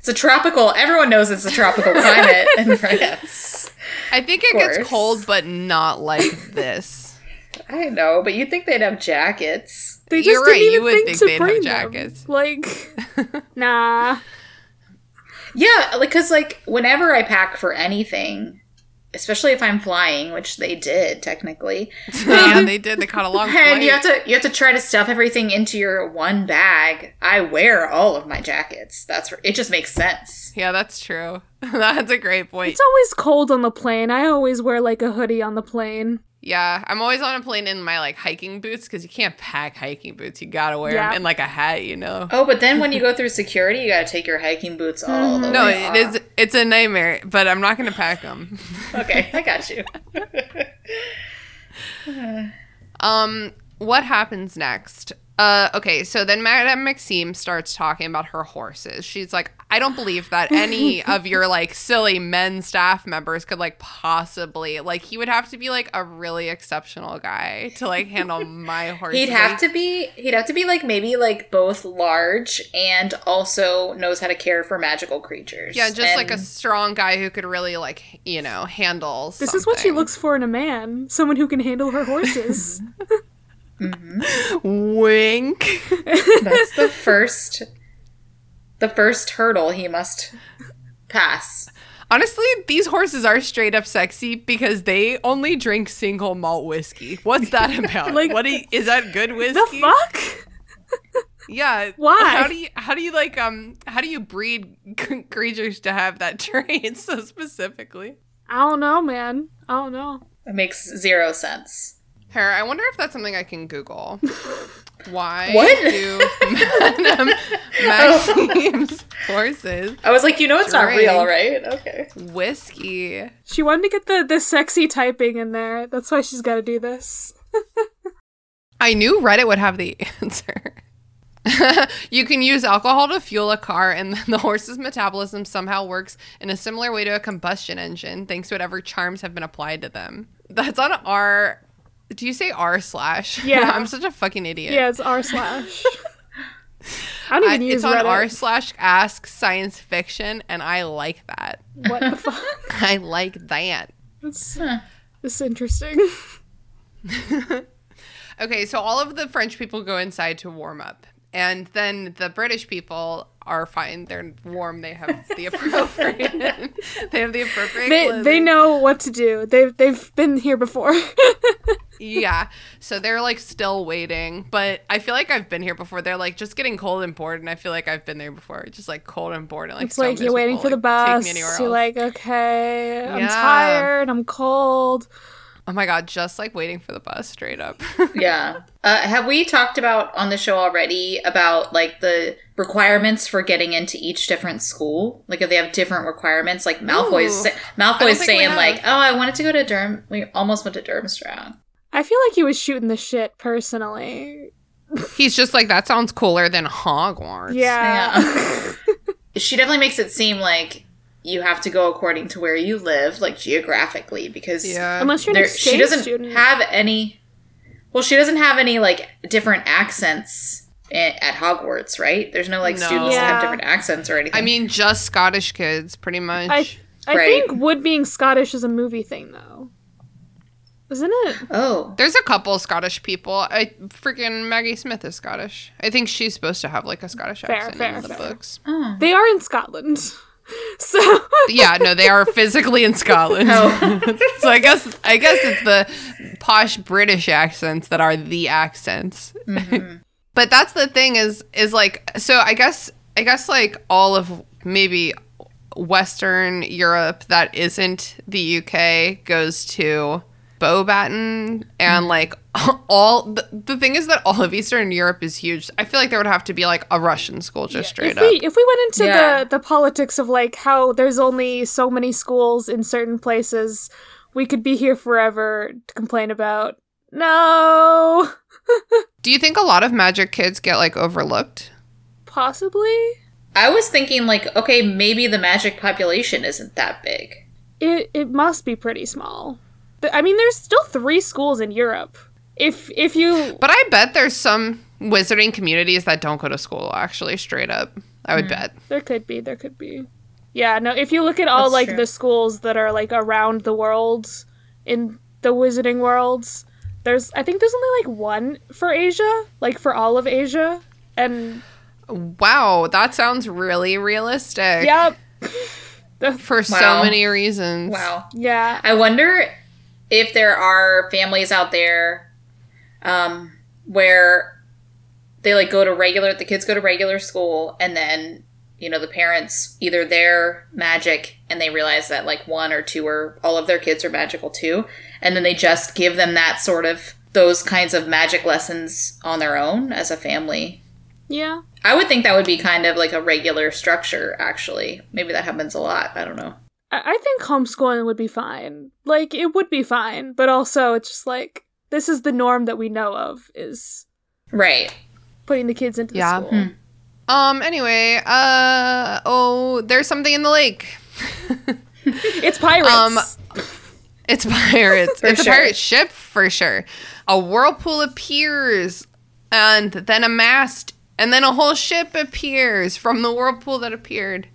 F: It's a tropical. Everyone knows it's a tropical climate in France.
D: I think it
F: course.
D: gets cold, but not like this.
F: I know, but you'd think they'd have jackets.
B: they just
D: you're
B: didn't
D: right, you
B: even
D: would
B: think
D: think
B: to
D: they'd have
B: bring
D: jackets.
B: them. Like, nah.
F: Yeah, like because like whenever I pack for anything, especially if I'm flying, which they did technically,
D: yeah, they did. They caught a long
F: and you
D: flight.
F: have to you have to try to stuff everything into your one bag. I wear all of my jackets. That's it. Just makes sense.
D: yeah, that's true. That's a great point.
B: It's always cold on the plane. I always wear like a hoodie on the plane.
D: Yeah, I'm always on a plane in my like hiking boots because you can't pack hiking boots. You gotta wear
B: Yeah.
D: them and like a hat, you know.
F: Oh, but then when you go through security, you gotta take your hiking boots all the
D: Mm-hmm. No,
F: way.
D: it is. It's a nightmare, but I'm not gonna pack them.
F: Okay, I got you.
D: Um, what happens next? Uh, okay, so then Madame Maxime starts talking about her horses. She's like, I don't believe that any of your like silly men staff members could like possibly like he would have to be like a really exceptional guy to like handle my horses.
F: He'd have to be he'd have to be like maybe like both large and also knows how to care for magical creatures.
D: Yeah, just like a
F: And-
D: strong guy who could really like you know handle.
B: This is what she
D: something.
B: looks for in a man: someone who can handle her horses.
D: Wink.
F: That's the first the first hurdle he must pass.
D: Honestly, these horses are straight up sexy because they only drink single malt whiskey. What's that about?
B: Like-
D: like, what do you- is that good whiskey?
B: the fuck?
D: Yeah.
B: Why?
D: How do you how do you like um how do you breed c- creatures to have that trait so specifically?
B: I don't know, man. I don't know.
F: It makes zero sense.
D: Her, I wonder if that's something I can Google. Why
F: What?
D: do Madame
B: Oh.
D: Maxime's horses
F: I was like, you know it's not
D: Drink.
F: real, right? Okay.
D: whiskey?
B: She wanted to get the the sexy typing in there. That's why she's got to do this.
D: I knew Reddit would have the answer. you can use alcohol to fuel a car, and then the horse's metabolism somehow works in a similar way to a combustion engine, thanks to whatever charms have been applied to them. That's on R. Do you say R slash?
B: Yeah.
D: I'm such a fucking idiot.
B: Yeah, it's r slash. I don't
D: I,
B: even use
D: it's on
B: Reddit.
D: R slash ask science fiction, and I like that.
B: What the fuck?
D: I like that.
B: That's this is interesting.
D: Okay, so all of the French people go inside to warm up, and then the British people are fine. They're warm. They have the appropriate. they have the appropriate.
B: They
D: clothing.
B: they know what to do. They've they've been here before.
D: yeah. So they're like still waiting, but I feel like I've been here before. They're like just getting cold and bored, and I feel like I've been there before. Just like cold and bored, and like
B: It's like you're waiting for the
D: bus.
B: bus. You're like, okay, I'm
D: Yeah.
B: tired. I'm cold.
D: oh my god, just like waiting for the bus, straight up.
F: yeah. Uh, have we talked about on the show already about like the requirements for getting into each different school? Like if they have different requirements, like Malfoy's
D: Ooh.
F: sa-
D: I don't
F: Malfoy's
D: think we
F: saying
D: have.
F: like, "Oh, I wanted to go to Durham. We almost went to Durmstrang."
B: I feel like he was shooting the shit personally.
D: He's just like that sounds cooler than Hogwarts.
B: Yeah.
F: Yeah. she definitely makes it seem like you have to go according to where you live, like geographically, because
D: yeah.
B: Unless you're an
F: there, she
B: exchange
F: doesn't
B: student.
F: have any. Well, she doesn't have any like different accents i- at Hogwarts, right? There's no like
D: No.
F: students that
B: Yeah.
F: have different accents or anything.
D: I mean, just Scottish kids, pretty much.
B: I I
F: Right.
B: think Wood being Scottish is a movie thing though. Isn't it?
F: oh,
D: There's a couple Scottish people. I freaking Maggie Smith is Scottish. I think she's supposed to have like a Scottish
B: Fair,
D: accent
B: fair,
D: in the
B: fair.
D: books.
B: They are in Scotland. So
D: yeah, no, they are physically in Scotland.
B: Oh.
D: so I guess I guess it's the posh British accents that are the accents.
B: Mm-hmm.
D: but that's the thing is is like so I guess I guess like all of maybe Western Europe that isn't the UK goes to Bobaton
B: Mm-hmm.
D: and like all the, the thing is that all of Eastern Europe is huge. I feel like there would have to be like a Russian school just straight
B: if
D: up.
B: we if we went into
F: Yeah.
B: the the politics of like how there's only so many schools in certain places, we could be here forever to complain about. No,
D: Do you think a lot of magic kids get like overlooked?
B: possibly
F: I was thinking like, okay, maybe the magic population isn't that big.
B: it it must be pretty small. Th- I mean, there's still three schools in Europe. If if you
D: But I bet there's some wizarding communities that don't go to school, actually, straight up. I would bet.
B: there could be there could be, yeah. No, if you look at all
F: That's
B: like
F: true.
B: the schools that are like around the world in the Wizarding worlds, there's I think there's only like one for Asia, like for all of Asia, and
D: Wow, that sounds really realistic.
B: Yep.
D: For so
F: Wow.
D: many reasons.
F: Wow.
B: Yeah.
F: I wonder if there are families out there um, where they like go to regular the kids go to regular school and then you know the parents either they're magic and they realize that like one or two or all of their kids are magical too and then they just give them that sort of those kinds of magic lessons on their own as a family
B: Yeah.
F: i would think that would be kind of like a regular structure actually maybe that happens a lot i don't know
B: I, I think homeschooling would be fine. Like it would be fine, but also it's just like this is the norm that we know of is
F: right
B: putting the kids into the
D: Yeah.
B: school.
D: Um, anyway, uh, oh, there's something in the lake.
B: It's pirates.
D: Um, It's pirates. it's
F: sure.
D: a pirate ship for sure. A whirlpool appears, and then a mast, and then a whole ship appears from the whirlpool that appeared.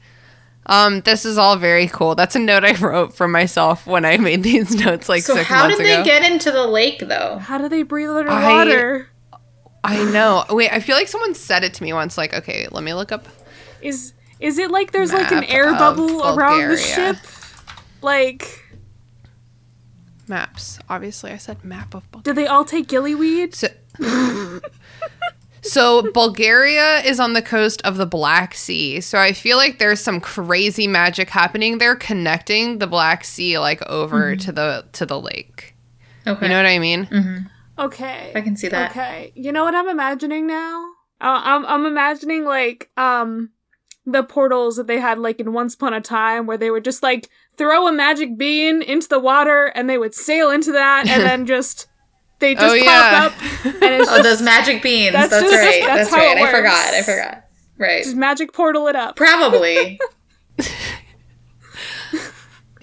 D: Um, this is all very cool. That's a note I wrote for myself when I made these notes like
F: So
D: six
F: how
D: months
F: did
D: ago.
F: they get into the lake though?
B: How do they breathe
D: I-
B: underwater?
D: I know. Wait, I feel like someone said it to me once. Like, okay, let me look up.
B: Is is it like there's like an
D: Map
B: air
D: of
B: bubble around the
D: Bulgaria.
B: ship? Like
D: Maps. Obviously, I said map of Bulgaria.
B: do they all take gillyweed?
D: So, so Bulgaria is on the coast of the Black Sea. So I feel like there's some crazy magic happening. They're connecting the Black Sea like
B: Mm-hmm.
D: over to the to the lake.
F: Okay.
D: You know what I mean?
B: Okay.
F: I can see that.
B: Okay. You know what I'm imagining now? Uh, I'm I'm imagining like um the portals that they had like in Once Upon a Time where they would just like throw a magic bean into the water and they would sail into that and then just they just
D: Oh,
B: pop
D: yeah.
B: up and it's
F: Oh,
B: just,
F: those magic beans.
B: That's
F: That's,
B: just-
F: right. That's,
B: that's how
F: right.
B: it
F: I forgot. I
B: works.
F: forgot. Right.
B: just magic portal it up.
F: Probably.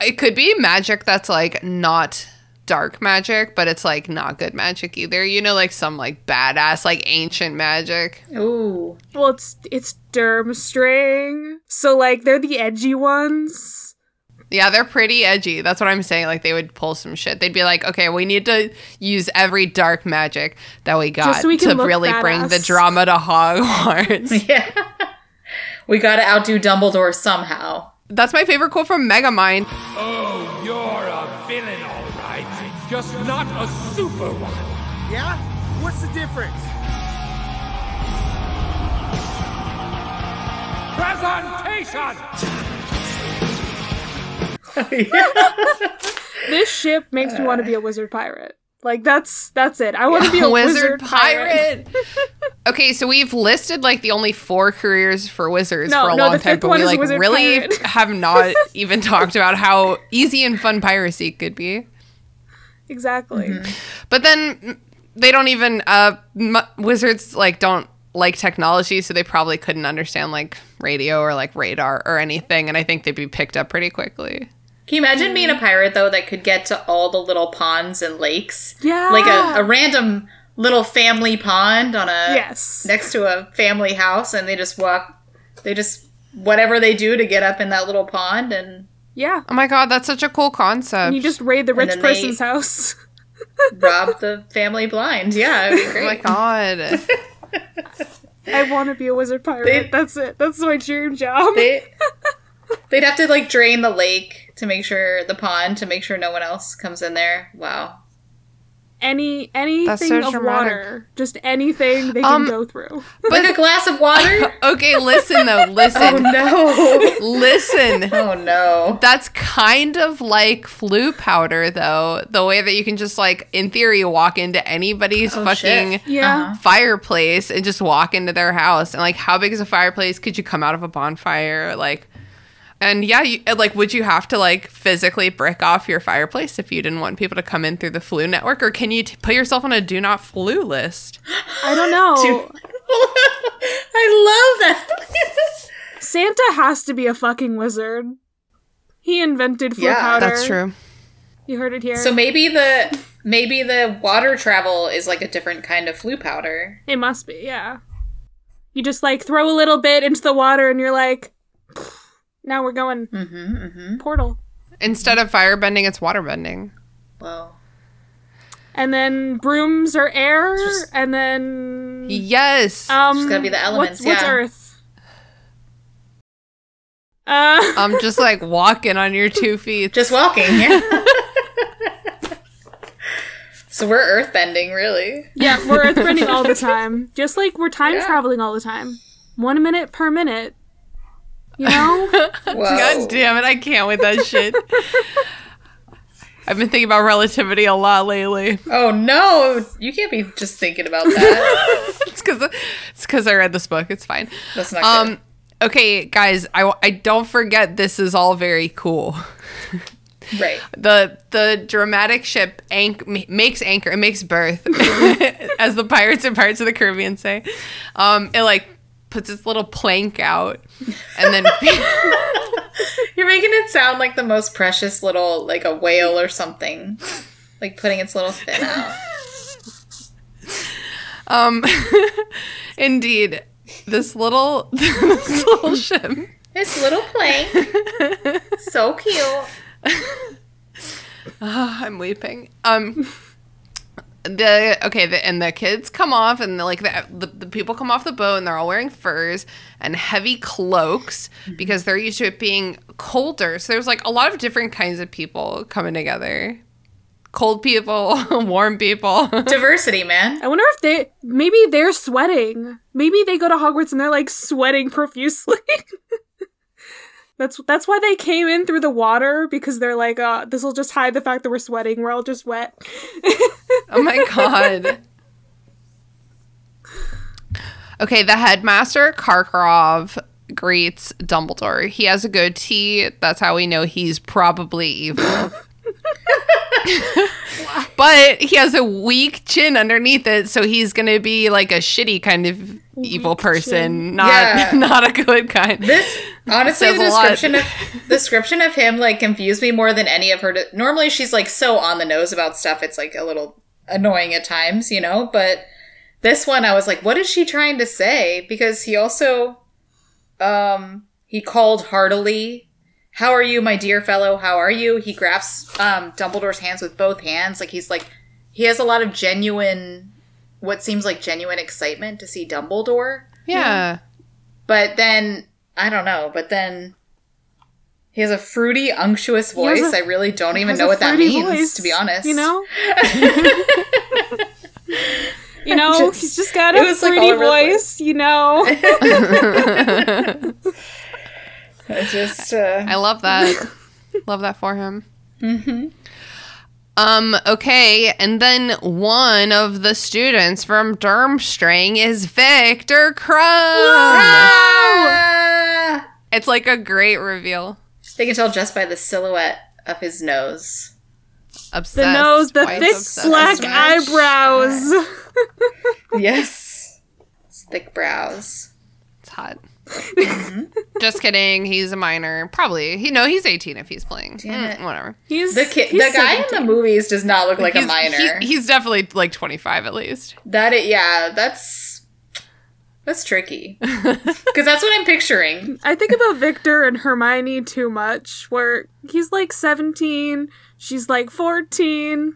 D: It could be magic that's like not dark magic, but it's like not good magic either. You know, like some like badass like ancient magic.
F: Ooh.
B: Well, it's it's Durmstrang, so like they're the edgy ones.
D: Yeah, they're pretty edgy. That's what I'm saying. Like they would pull some shit. They'd be like, "Okay, we need to use every dark magic that we got
B: Just so we can
D: to
B: look
D: really bring the
B: badass."
D: drama to Hogwarts."
F: Yeah. we gotta outdo Dumbledore somehow.
D: That's my favorite quote from Megamind.
E: Oh, you're a villain, all right.
G: Just not a super one.
H: Yeah? What's the difference?
G: Presentation!
B: This ship makes me want to be
F: Uh.
B: a wizard pirate. Like that's that's it. I want to be a
D: wizard,
B: wizard, pirate.
D: pirate. okay, so we've listed like the only four careers for wizards
B: No,
D: for a
B: no,
D: long
B: the
D: time,
B: fifth
D: but
B: one
D: we
B: is
D: like
B: wizard
D: really
B: pirate.
D: have not even talked about how easy and fun piracy could be.
B: Exactly.
F: Mm-hmm.
D: But then mm, they don't even uh m- wizards like don't like technology, so they probably couldn't understand like radio or like radar or anything, and I think they'd be picked up pretty quickly.
F: Can you imagine being a pirate though that could get to all the little ponds and lakes?
B: Yeah.
F: Like a, a random little family pond on a
B: Yes.
F: next to a family house and they just walk they just whatever they do to get up in that little pond and
B: Yeah.
D: Oh my god, that's such a cool concept.
B: And you just raid the rich
F: then they-
B: person's house.
F: rob the family blind. Yeah, it'd be
D: oh my
F: great.
D: god.
B: I want to be a wizard pirate.
F: They-
B: that's it. That's my dream job.
F: they, they'd have to like drain the lake to make sure the pond to make sure no one else comes in there. Wow.
B: Any anything
D: That's so
B: of
D: dramatic.
B: water, just anything they
D: Um,
B: can go through.
F: like a glass of water?
D: okay, listen though,
B: Oh
D: listen.
F: no.
D: Listen.
F: Oh no.
D: That's kind of like flu powder, though. The way that you can just, like, in theory, walk into anybody's
F: Oh,
D: fucking
F: shit.
B: Yeah.
D: fireplace and just walk into their house. And, like, how big is a fireplace? Could you come out of a bonfire? Like, and yeah, you, and, like, would you have to, like, physically brick off your fireplace if you didn't want people to come in through the flu network? Or can you t- put yourself on a do not flu list?
B: I don't know.
F: I love that.
B: Santa has to be a fucking wizard. He invented flu
F: Yeah.
B: powder.
D: That's true.
B: You heard it here.
F: so maybe the maybe the water travel is like a different kind of flu powder.
B: it must be, yeah. You just like throw a little bit into the water and you're like, now we're going
F: Mm-hmm,
B: portal.
D: Instead of firebending, it's waterbending.
F: Whoa.
B: And then brooms are air,
F: just-
B: and then
D: Yes.
B: um,
F: just gotta be the elements,
B: What's, what's
F: yeah.
B: Earth? Uh,
D: I'm just like walking on your two feet.
F: Just walking, yeah. so we're earthbending, really.
B: yeah, we're earthbending all the time, just like we're time traveling all the time, one minute per minute. You know,
F: Whoa.
D: God damn it, I can't with that shit. I've been thinking about relativity a lot lately.
F: Oh no, you can't be just thinking about that.
D: It's because it's because I read this book. It's fine.
F: That's not good.
D: Um, okay, guys, I, w- I don't forget this is all very cool.
F: Right.
D: The the dramatic ship anch- ma- makes anchor. It makes birth, as the pirates and Pirates of the Caribbean say. Um, it like puts its little plank out, and then
F: You're making it sound like the most precious little, like a whale or something. Like putting its little fin out.
D: Um, indeed, this little this little ship
F: This little plank. so cute.
D: I'm weeping. Um, the okay, the, and the kids come off, and the, like the, the the people come off the boat, and they're all wearing furs and heavy cloaks because they're used to it being colder. So there's like a lot of different kinds of people coming together: cold people, warm people.
F: Diversity, man.
B: I wonder if they maybe they're sweating. Maybe they go to Hogwarts and they're like sweating profusely. that's that's why they came in through the water because they're like, uh, this will just hide the fact that we're sweating. We're all just wet.
D: Oh my god. Okay, the headmaster Karkarov greets Dumbledore. He has a goatee. That's how we know he's probably evil. but he has a weak chin underneath it, so he's gonna be like a shitty kind of evil person, not
F: Yeah.
D: not a good kind.
F: This honestly,
D: Says
F: the
D: a lot.
F: description of description of him like confused me more than any of her. De- Normally, she's like so on the nose about stuff. It's like a little annoying at times, you know. But this one, I was like, what is she trying to say? Because he also, um, he called heartily. How are you, my dear fellow? How are you? He grasps um, Dumbledore's hands with both hands. Like he's like, he has a lot of genuine, what seems like genuine excitement to see Dumbledore.
D: yeah.
F: But then I don't know. But then He has a fruity, unctuous
B: has
F: voice.
B: a-
F: I really don't even
B: Has
F: know
B: a
F: what that
B: fruity
F: means,
B: voice,
F: to be honest.
B: You know? you know,
F: Just-
B: he's just got
F: it
B: a
F: was, like, all
B: pretty
F: over the place.
B: voice, you know?
F: I just uh,
D: I love that. love that for him. Mm-hmm. Um, okay, and then one of the students from Durmstrang is Victor Crumb.
F: Ah!
D: It's like a great reveal.
F: they can tell just by the silhouette of his nose.
D: Obsessed.
B: the nose, the
D: Wife's
B: thick
D: obsessed.
B: black
F: Smash.
B: eyebrows.
F: Yes, His thick brows.
D: It's hot.
B: Mm-hmm.
D: Just kidding. He's a minor. Probably. He no. He's eighteen if he's playing.
F: Damn
D: Mm,
F: it.
D: whatever.
B: He's
F: The ki- the
B: he's
F: guy in the movies does not look like a
D: he's,
F: minor.
D: he- he's definitely like twenty five at least.
F: That it, yeah, that's that's tricky because that's what I'm picturing.
B: I think about Victor and Hermione too much, where he's like 17, she's like 14.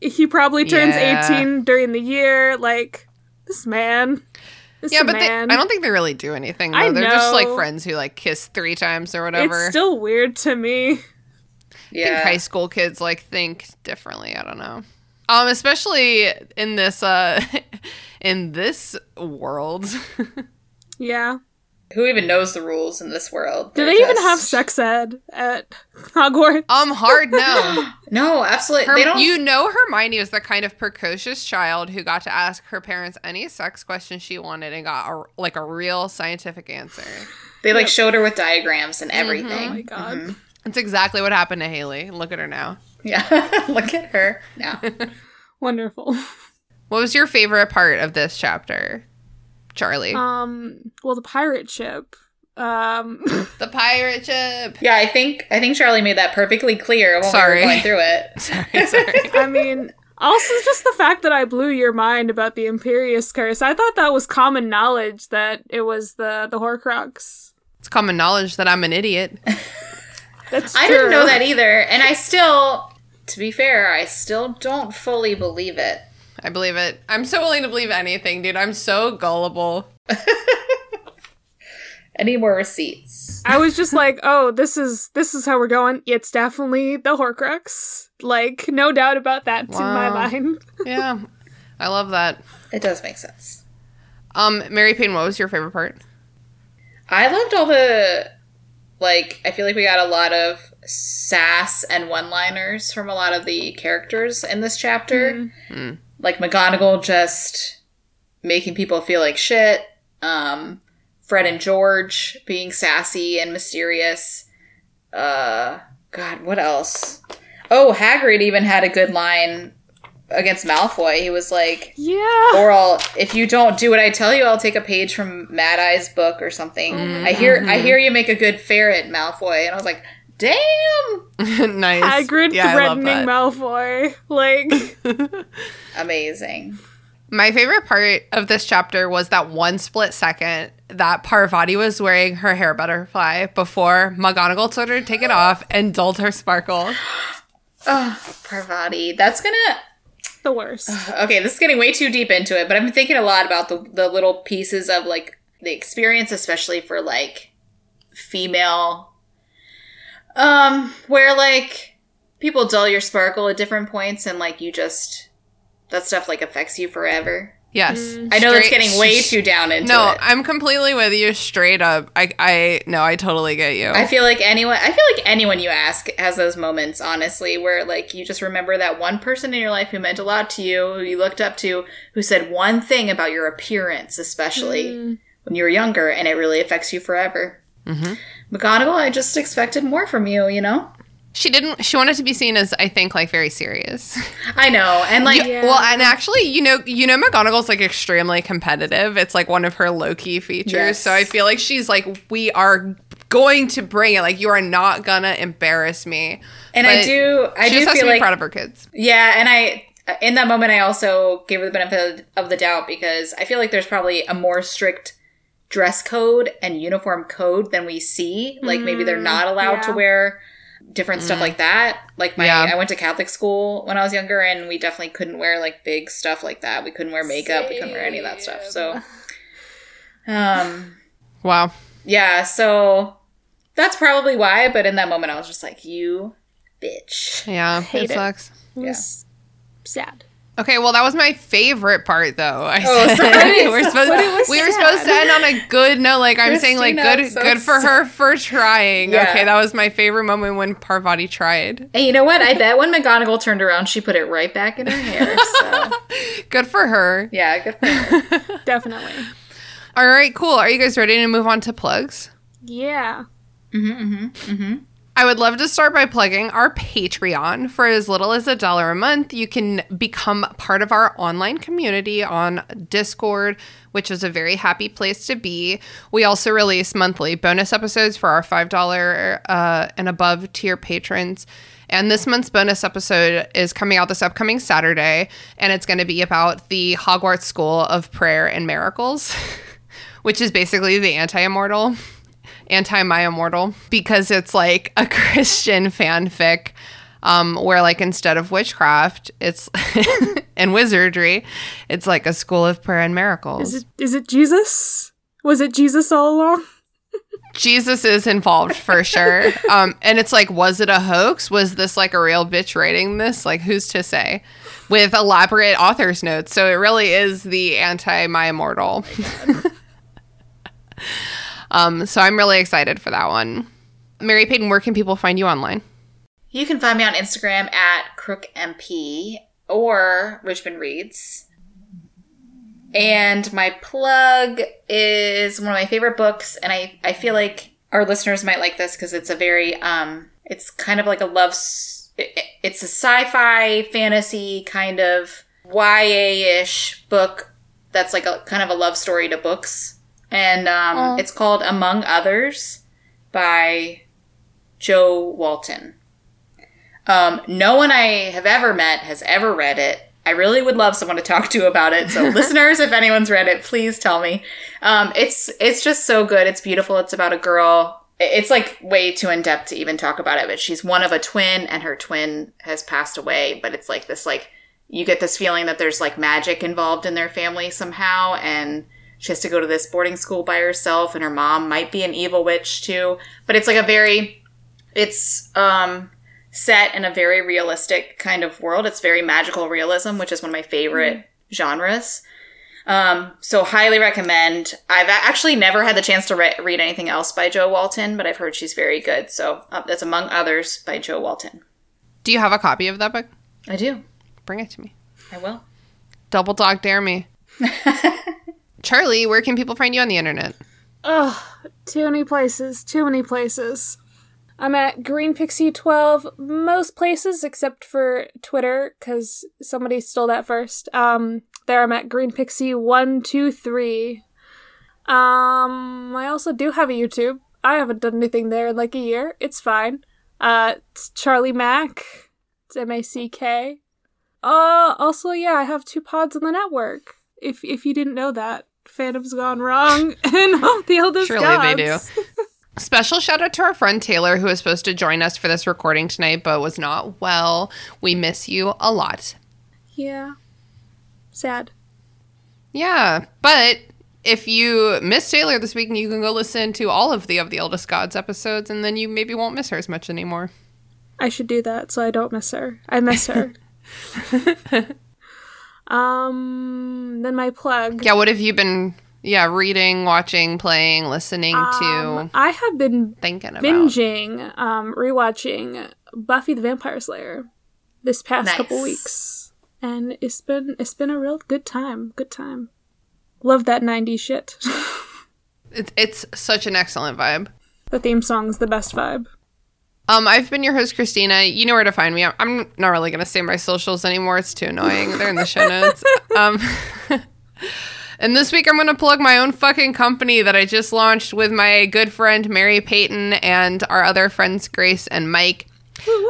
B: He probably turns
D: Yeah.
B: 18 during the year. Like, this man. This
D: Yeah, but they, I
B: man.
D: don't think they really do anything. Though.
B: I
D: They're just like
B: know.
D: friends who like kiss three times or whatever.
B: It's still weird to me.
D: I think
F: Yeah,
D: high school kids like think differently. I don't know. Um, especially in this uh, in this world.
B: Yeah.
F: who even knows the rules in this world?
B: Do
F: They're
B: they even
F: just-
B: have sex ed at Hogwarts?
D: um, hard no.
F: No, absolutely.
D: Her-
F: they don't.
D: You know, Hermione was the kind of precocious child who got to ask her parents any sex question she wanted and got a, like a real scientific answer.
F: they like showed her with diagrams and
B: Oh my
F: everything.
B: god.
D: That's exactly what happened to Haley. Look at her now.
F: Yeah, look at her now.
B: Wonderful.
D: What was your favorite part of this chapter, Charlie?
B: Um, well, the pirate ship. Um,
D: the pirate ship.
F: Yeah, I think I think Charlie made that perfectly clear when
D: Sorry.
F: we were going through it.
D: Sorry, sorry.
B: I mean, also just the fact that I blew your mind about the Imperious Curse. I thought that was common knowledge that it was the the Horcrux.
D: it's common knowledge that I'm an idiot.
B: That's
F: I didn't
B: true.
F: know that either, and I still, to be fair, I still don't fully believe it.
D: I believe it. I'm so willing to believe anything, dude. I'm so gullible.
F: Any more receipts?
B: I was just like, oh, this is this is how we're going. It's definitely the Horcrux. Like, no doubt about that in my
D: Wow.
B: mind.
D: Yeah, I love that.
F: It does make sense.
D: Um, Mary Payne, what was your favorite part?
F: I loved all the like I feel like we got a lot of sass and one-liners from a lot of the characters in this chapter. Like McGonagall just making people feel like shit. Um Fred and George being sassy and mysterious. Uh god, what else? Oh, Hagrid even had a good line against Malfoy. He was like
B: Yeah.
F: or I'll if you don't do what I tell you, I'll take a page from Mad Eye's book or something. I hear I hear you make a good ferret, Malfoy, and I was like, damn.
D: nice.
B: Hagrid
D: Yeah, I love
B: threatening
D: that.
B: Malfoy. Like,
F: Amazing.
D: My favorite part of this chapter was that one split second that Parvati was wearing her hair butterfly before McGonagall told her to take it off and dulled her sparkle.
F: Parvati. That's gonna
B: the worst.
F: okay, this is getting way too deep into it, but I've been thinking a lot about the the little pieces of like the experience, especially for like female um where like people dull your sparkle at different points and like you just that stuff like affects you forever.
D: Yes.
B: Mm.
F: I know that's
D: Straight-
F: getting way too down into
D: No,
F: it.
D: I'm completely with you straight up. I I no, I totally get you.
F: I feel like anyone. I feel like anyone you ask has those moments, honestly, where like you just remember that one person in your life who meant a lot to you, who you looked up to, who said one thing about your appearance, especially
D: Mm.
F: when you were younger, and it really affects you forever. Mm-hmm. McGonagall, I just expected more from you. You know,
D: she didn't she wanted to be seen as I think like very serious.
F: I know, and like
D: You- Well, and actually, you know, you know, McGonagall's like extremely competitive. It's like one of her low key features.
F: Yes.
D: So I feel like she's like, we are going to bring it. Like you are not gonna embarrass me. but
F: and I do, I
D: she
F: do
D: just has
F: feel
D: to be
F: like
D: proud of her kids.
F: Yeah, and I in that moment I also gave her the benefit of the doubt because I feel like there's probably a more strict dress code and uniform code than we see. Like maybe they're not allowed to
B: yeah.
F: wear different stuff like that. Like my
D: Yeah.
F: I went to Catholic school when I was younger and we definitely couldn't wear like big stuff like that. We couldn't wear makeup, we couldn't wear any of that stuff. So um
D: Wow.
F: yeah, so That's probably why, but in that moment I was just like, you bitch.
D: Yeah,
B: Hate
D: it
B: it.
D: sucks.
B: It was sad.
D: Okay, well, that was my favorite part, though. I
F: Oh,
D: said.
F: sorry.
D: we're supposed
B: But it was
D: we were
B: sad.
D: supposed to end on a good note. Like I'm saying, like
F: Christina,
D: good,
F: I'm so
D: good for her for trying.
F: Yeah.
D: Okay, that was my favorite moment when Parvati tried.
F: And you know what? I bet when McGonagall turned around, she put it right back in her hair. So
D: Good for her.
F: yeah, good for her.
B: Definitely.
D: All right, cool. Are you guys ready to move on to plugs?
B: Yeah.
D: I would love to start by plugging our Patreon. For as little as a dollar a month, you can become part of our online community on Discord, which is a very happy place to be. We also release monthly bonus episodes for our $5 uh, and above tier patrons. And this month's bonus episode is coming out this upcoming Saturday, and it's going to be about the Hogwarts School of Prayer and Miracles, which is basically the anti immortal anti My Immortal because it's like a Christian fanfic um, where, like, instead of witchcraft, it's and wizardry, it's like a school of prayer and miracles.
B: Is it is it Jesus? Was it Jesus all along?
D: Jesus is involved for sure. Um, and it's like, was it a hoax? Was this like a real bitch writing this? Like, who's to say? With elaborate author's notes. So it really is the anti My Immortal. um, so I'm really excited for that one. Mary Payton, where can people find you online?
F: You can find me on Instagram at crookmp or Richmond Reads. And my plug is one of my favorite books, and I, I feel like our listeners might like this because it's a very um it's kind of like a love s- it- it- it's a sci-fi fantasy kind of YA-ish book that's like a kind of a love story to books, and um, it's called Among Others by Joe Walton. Um, no one I have ever met has ever read it. I really would love someone to talk to about it. So, listeners, if anyone's read it, please tell me. Um, it's it's just so good. It's beautiful. It's about a girl. I- It's like way too in depth to even talk about it. But she's one of a twin, and her twin has passed away. But it's like this like you get this feeling that there's like magic involved in their family somehow, and she has to go to this boarding school by herself, and her mom might be an evil witch too. But it's like a very it's um set in a very realistic kind of world. It's very magical realism, which is one of my favorite genres. Um, so highly recommend. I've a- actually never had the chance to re- read anything else by Joe Walton, but I've heard she's very good. So uh, that's among others by Joe Walton.
D: Do you have a copy of that book?
F: I do.
D: Bring it to me.
F: I will.
D: Double dog dare me. Charlie, where can people find you on the internet?
B: Ugh, too many places, too many places. I'm at Green Pixie 12 most places except for Twitter cuz somebody stole that first. Um there I'm at Green Pixie 123. Um I also do have a YouTube. I haven't done anything there in like a year. It's fine. Uh it's Charlie Mack. It's M A C K. Uh also yeah, I have two pods on the network. If if you didn't know that, Phantom's Gone Wrong and All the Eldest
D: Surely they do.
B: Gods.
D: Special shout out to our friend Taylor, who was supposed to join us for this recording tonight, but was not well. We miss you a lot.
B: Yeah. Sad.
D: Yeah, but if you miss Taylor this week, you can go listen to all of the of the Eldest Gods episodes, and then you maybe won't miss her as much anymore.
B: I should do that so I don't miss her. I miss her. um then my plug.
D: Yeah, what have you been? Yeah, reading, watching, playing, listening to,
B: Um, I have been
D: thinking about.
B: binging, um, rewatching Buffy the Vampire Slayer this past
F: Nice.
B: couple weeks. And it's been it's been a real good time. Good time. Love that 90s shit.
D: It's it's such an excellent vibe.
B: the theme song's the best vibe.
D: Um, I've been your host, Christina. You know where to find me. I'm- I'm not really going to say my socials anymore. It's too annoying. They're in the show notes. Um, and this week I'm going to plug my own fucking company that I just launched with my good friend, Mary Payton, and our other friends, Grace and Mike.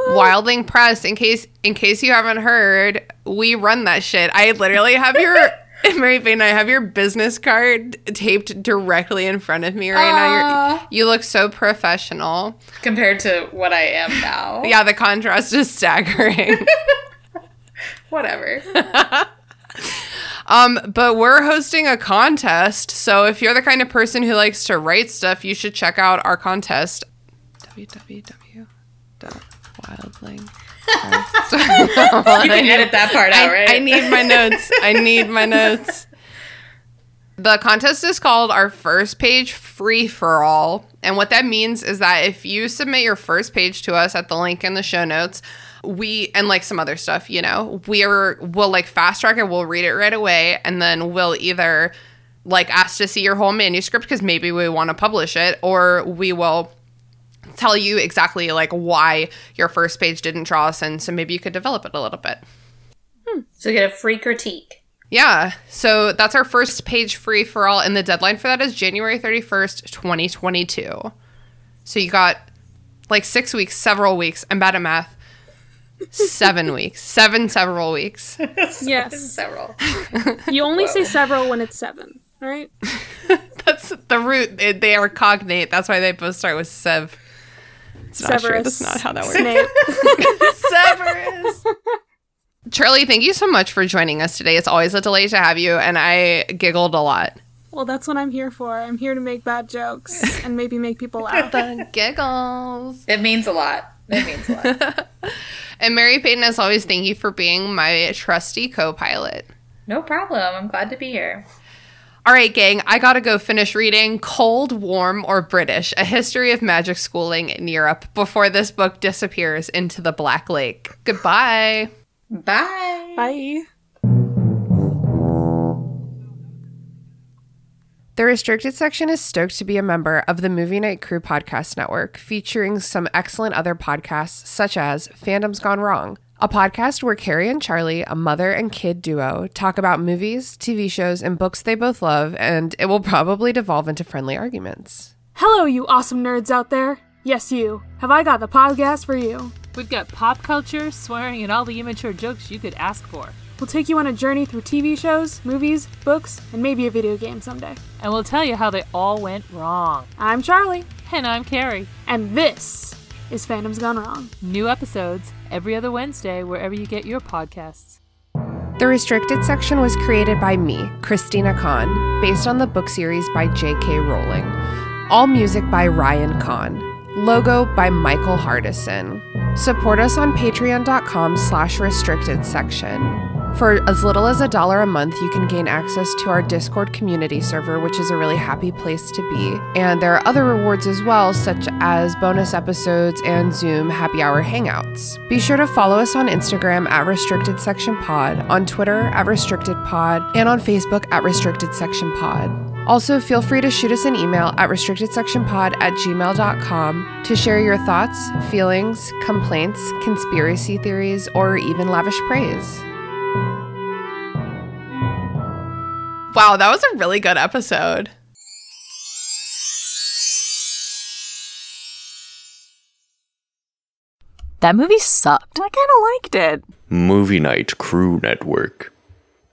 D: Wilding Press. In case in case you haven't heard, we run that shit. I literally have your Mary Payton. I have your business card taped directly in front of me right now. You're, you look so professional.
F: Compared to what I am now.
D: Yeah, the contrast is staggering.
F: Whatever.
D: um, but we're hosting a contest. So if you're the kind of person who likes to write stuff, you should check out our contest. www.wildling.
F: You can edit that part out, right?
D: I need my notes. I need my notes. The contest is called Our First Page Free for All. And what that means is that if you submit your first page to us at the link in the show notes, we and like some other stuff, you know, we're we'll like fast track it, we'll read it right away, and then we'll either like ask to see your whole manuscript because maybe we want to publish it, or we will tell you exactly like why your first page didn't draw us in, so maybe you could develop it a little bit.
F: So get a free critique.
D: Yeah. So that's our first page free for all, and the deadline for that is January 31st, 2022. So you got like six weeks, several weeks. I'm bad at math. Seven weeks, seven, several weeks.
B: Yes.
F: Several.
B: You only say several when it's seven, all right?
D: That's the root. They- They are cognate. That's why they both start with Sev. It's not sure. That's not how that works.
B: Snape.
D: Severus. Charlie, thank you so much for joining us today. It's always a delight to have you, and I giggled a lot.
B: Well, that's what I'm here for. I'm here to make bad jokes and maybe make people laugh.
D: The giggles.
F: It means a lot. It means a lot.
D: And Mary Payton, as always, thank you for being my trusty co pilot.
F: No problem. I'm glad to be here.
D: All right, gang, I gotta go finish reading Cold, Warm, or British A History of Magic Schooling in Europe before this book disappears into the Black Lake. Goodbye.
F: Bye.
B: Bye.
I: The restricted section is stoked to be a member of the Movie Night Crew Podcast Network, featuring some excellent other podcasts such as Fandom's Gone Wrong, a podcast where Carrie and Charlie, a mother and kid duo, talk about movies, TV shows, and books they both love, and it will probably devolve into friendly arguments.
B: Hello, you awesome nerds out there. Yes, you. Have I got the podcast for you?
A: We've got pop culture, swearing, and all the immature jokes you could ask for.
B: We'll take you on a journey through TV shows, movies, books, and maybe a video game someday.
A: And we'll tell you how they all went wrong.
B: I'm Charlie,
A: And I'm Carrie.
B: and this is Fandom's Gone Wrong.
A: New episodes every other Wednesday, wherever you get your podcasts.
I: The restricted section was created by me, Christina Kahn, based on the book series by J.K. Rowling. All music by Ryan Kahn. Logo by Michael Hardison. Support us on patreon.com slash restricted section. For as little as a dollar a month, you can gain access to our Discord community server, which is a really happy place to be. And there are other rewards as well, such as bonus episodes and Zoom happy hour hangouts. Be sure to follow us on Instagram at Restricted Section Pod, on Twitter at Restricted Pod, and on Facebook at Restricted Section Pod. Also, feel free to shoot us an email at restrictedsectionpod at gmail.com to share your thoughts, feelings, complaints, conspiracy theories, or even lavish praise.
D: Wow, that was a really good episode.
A: That movie sucked.
C: Movie Night Crew Network.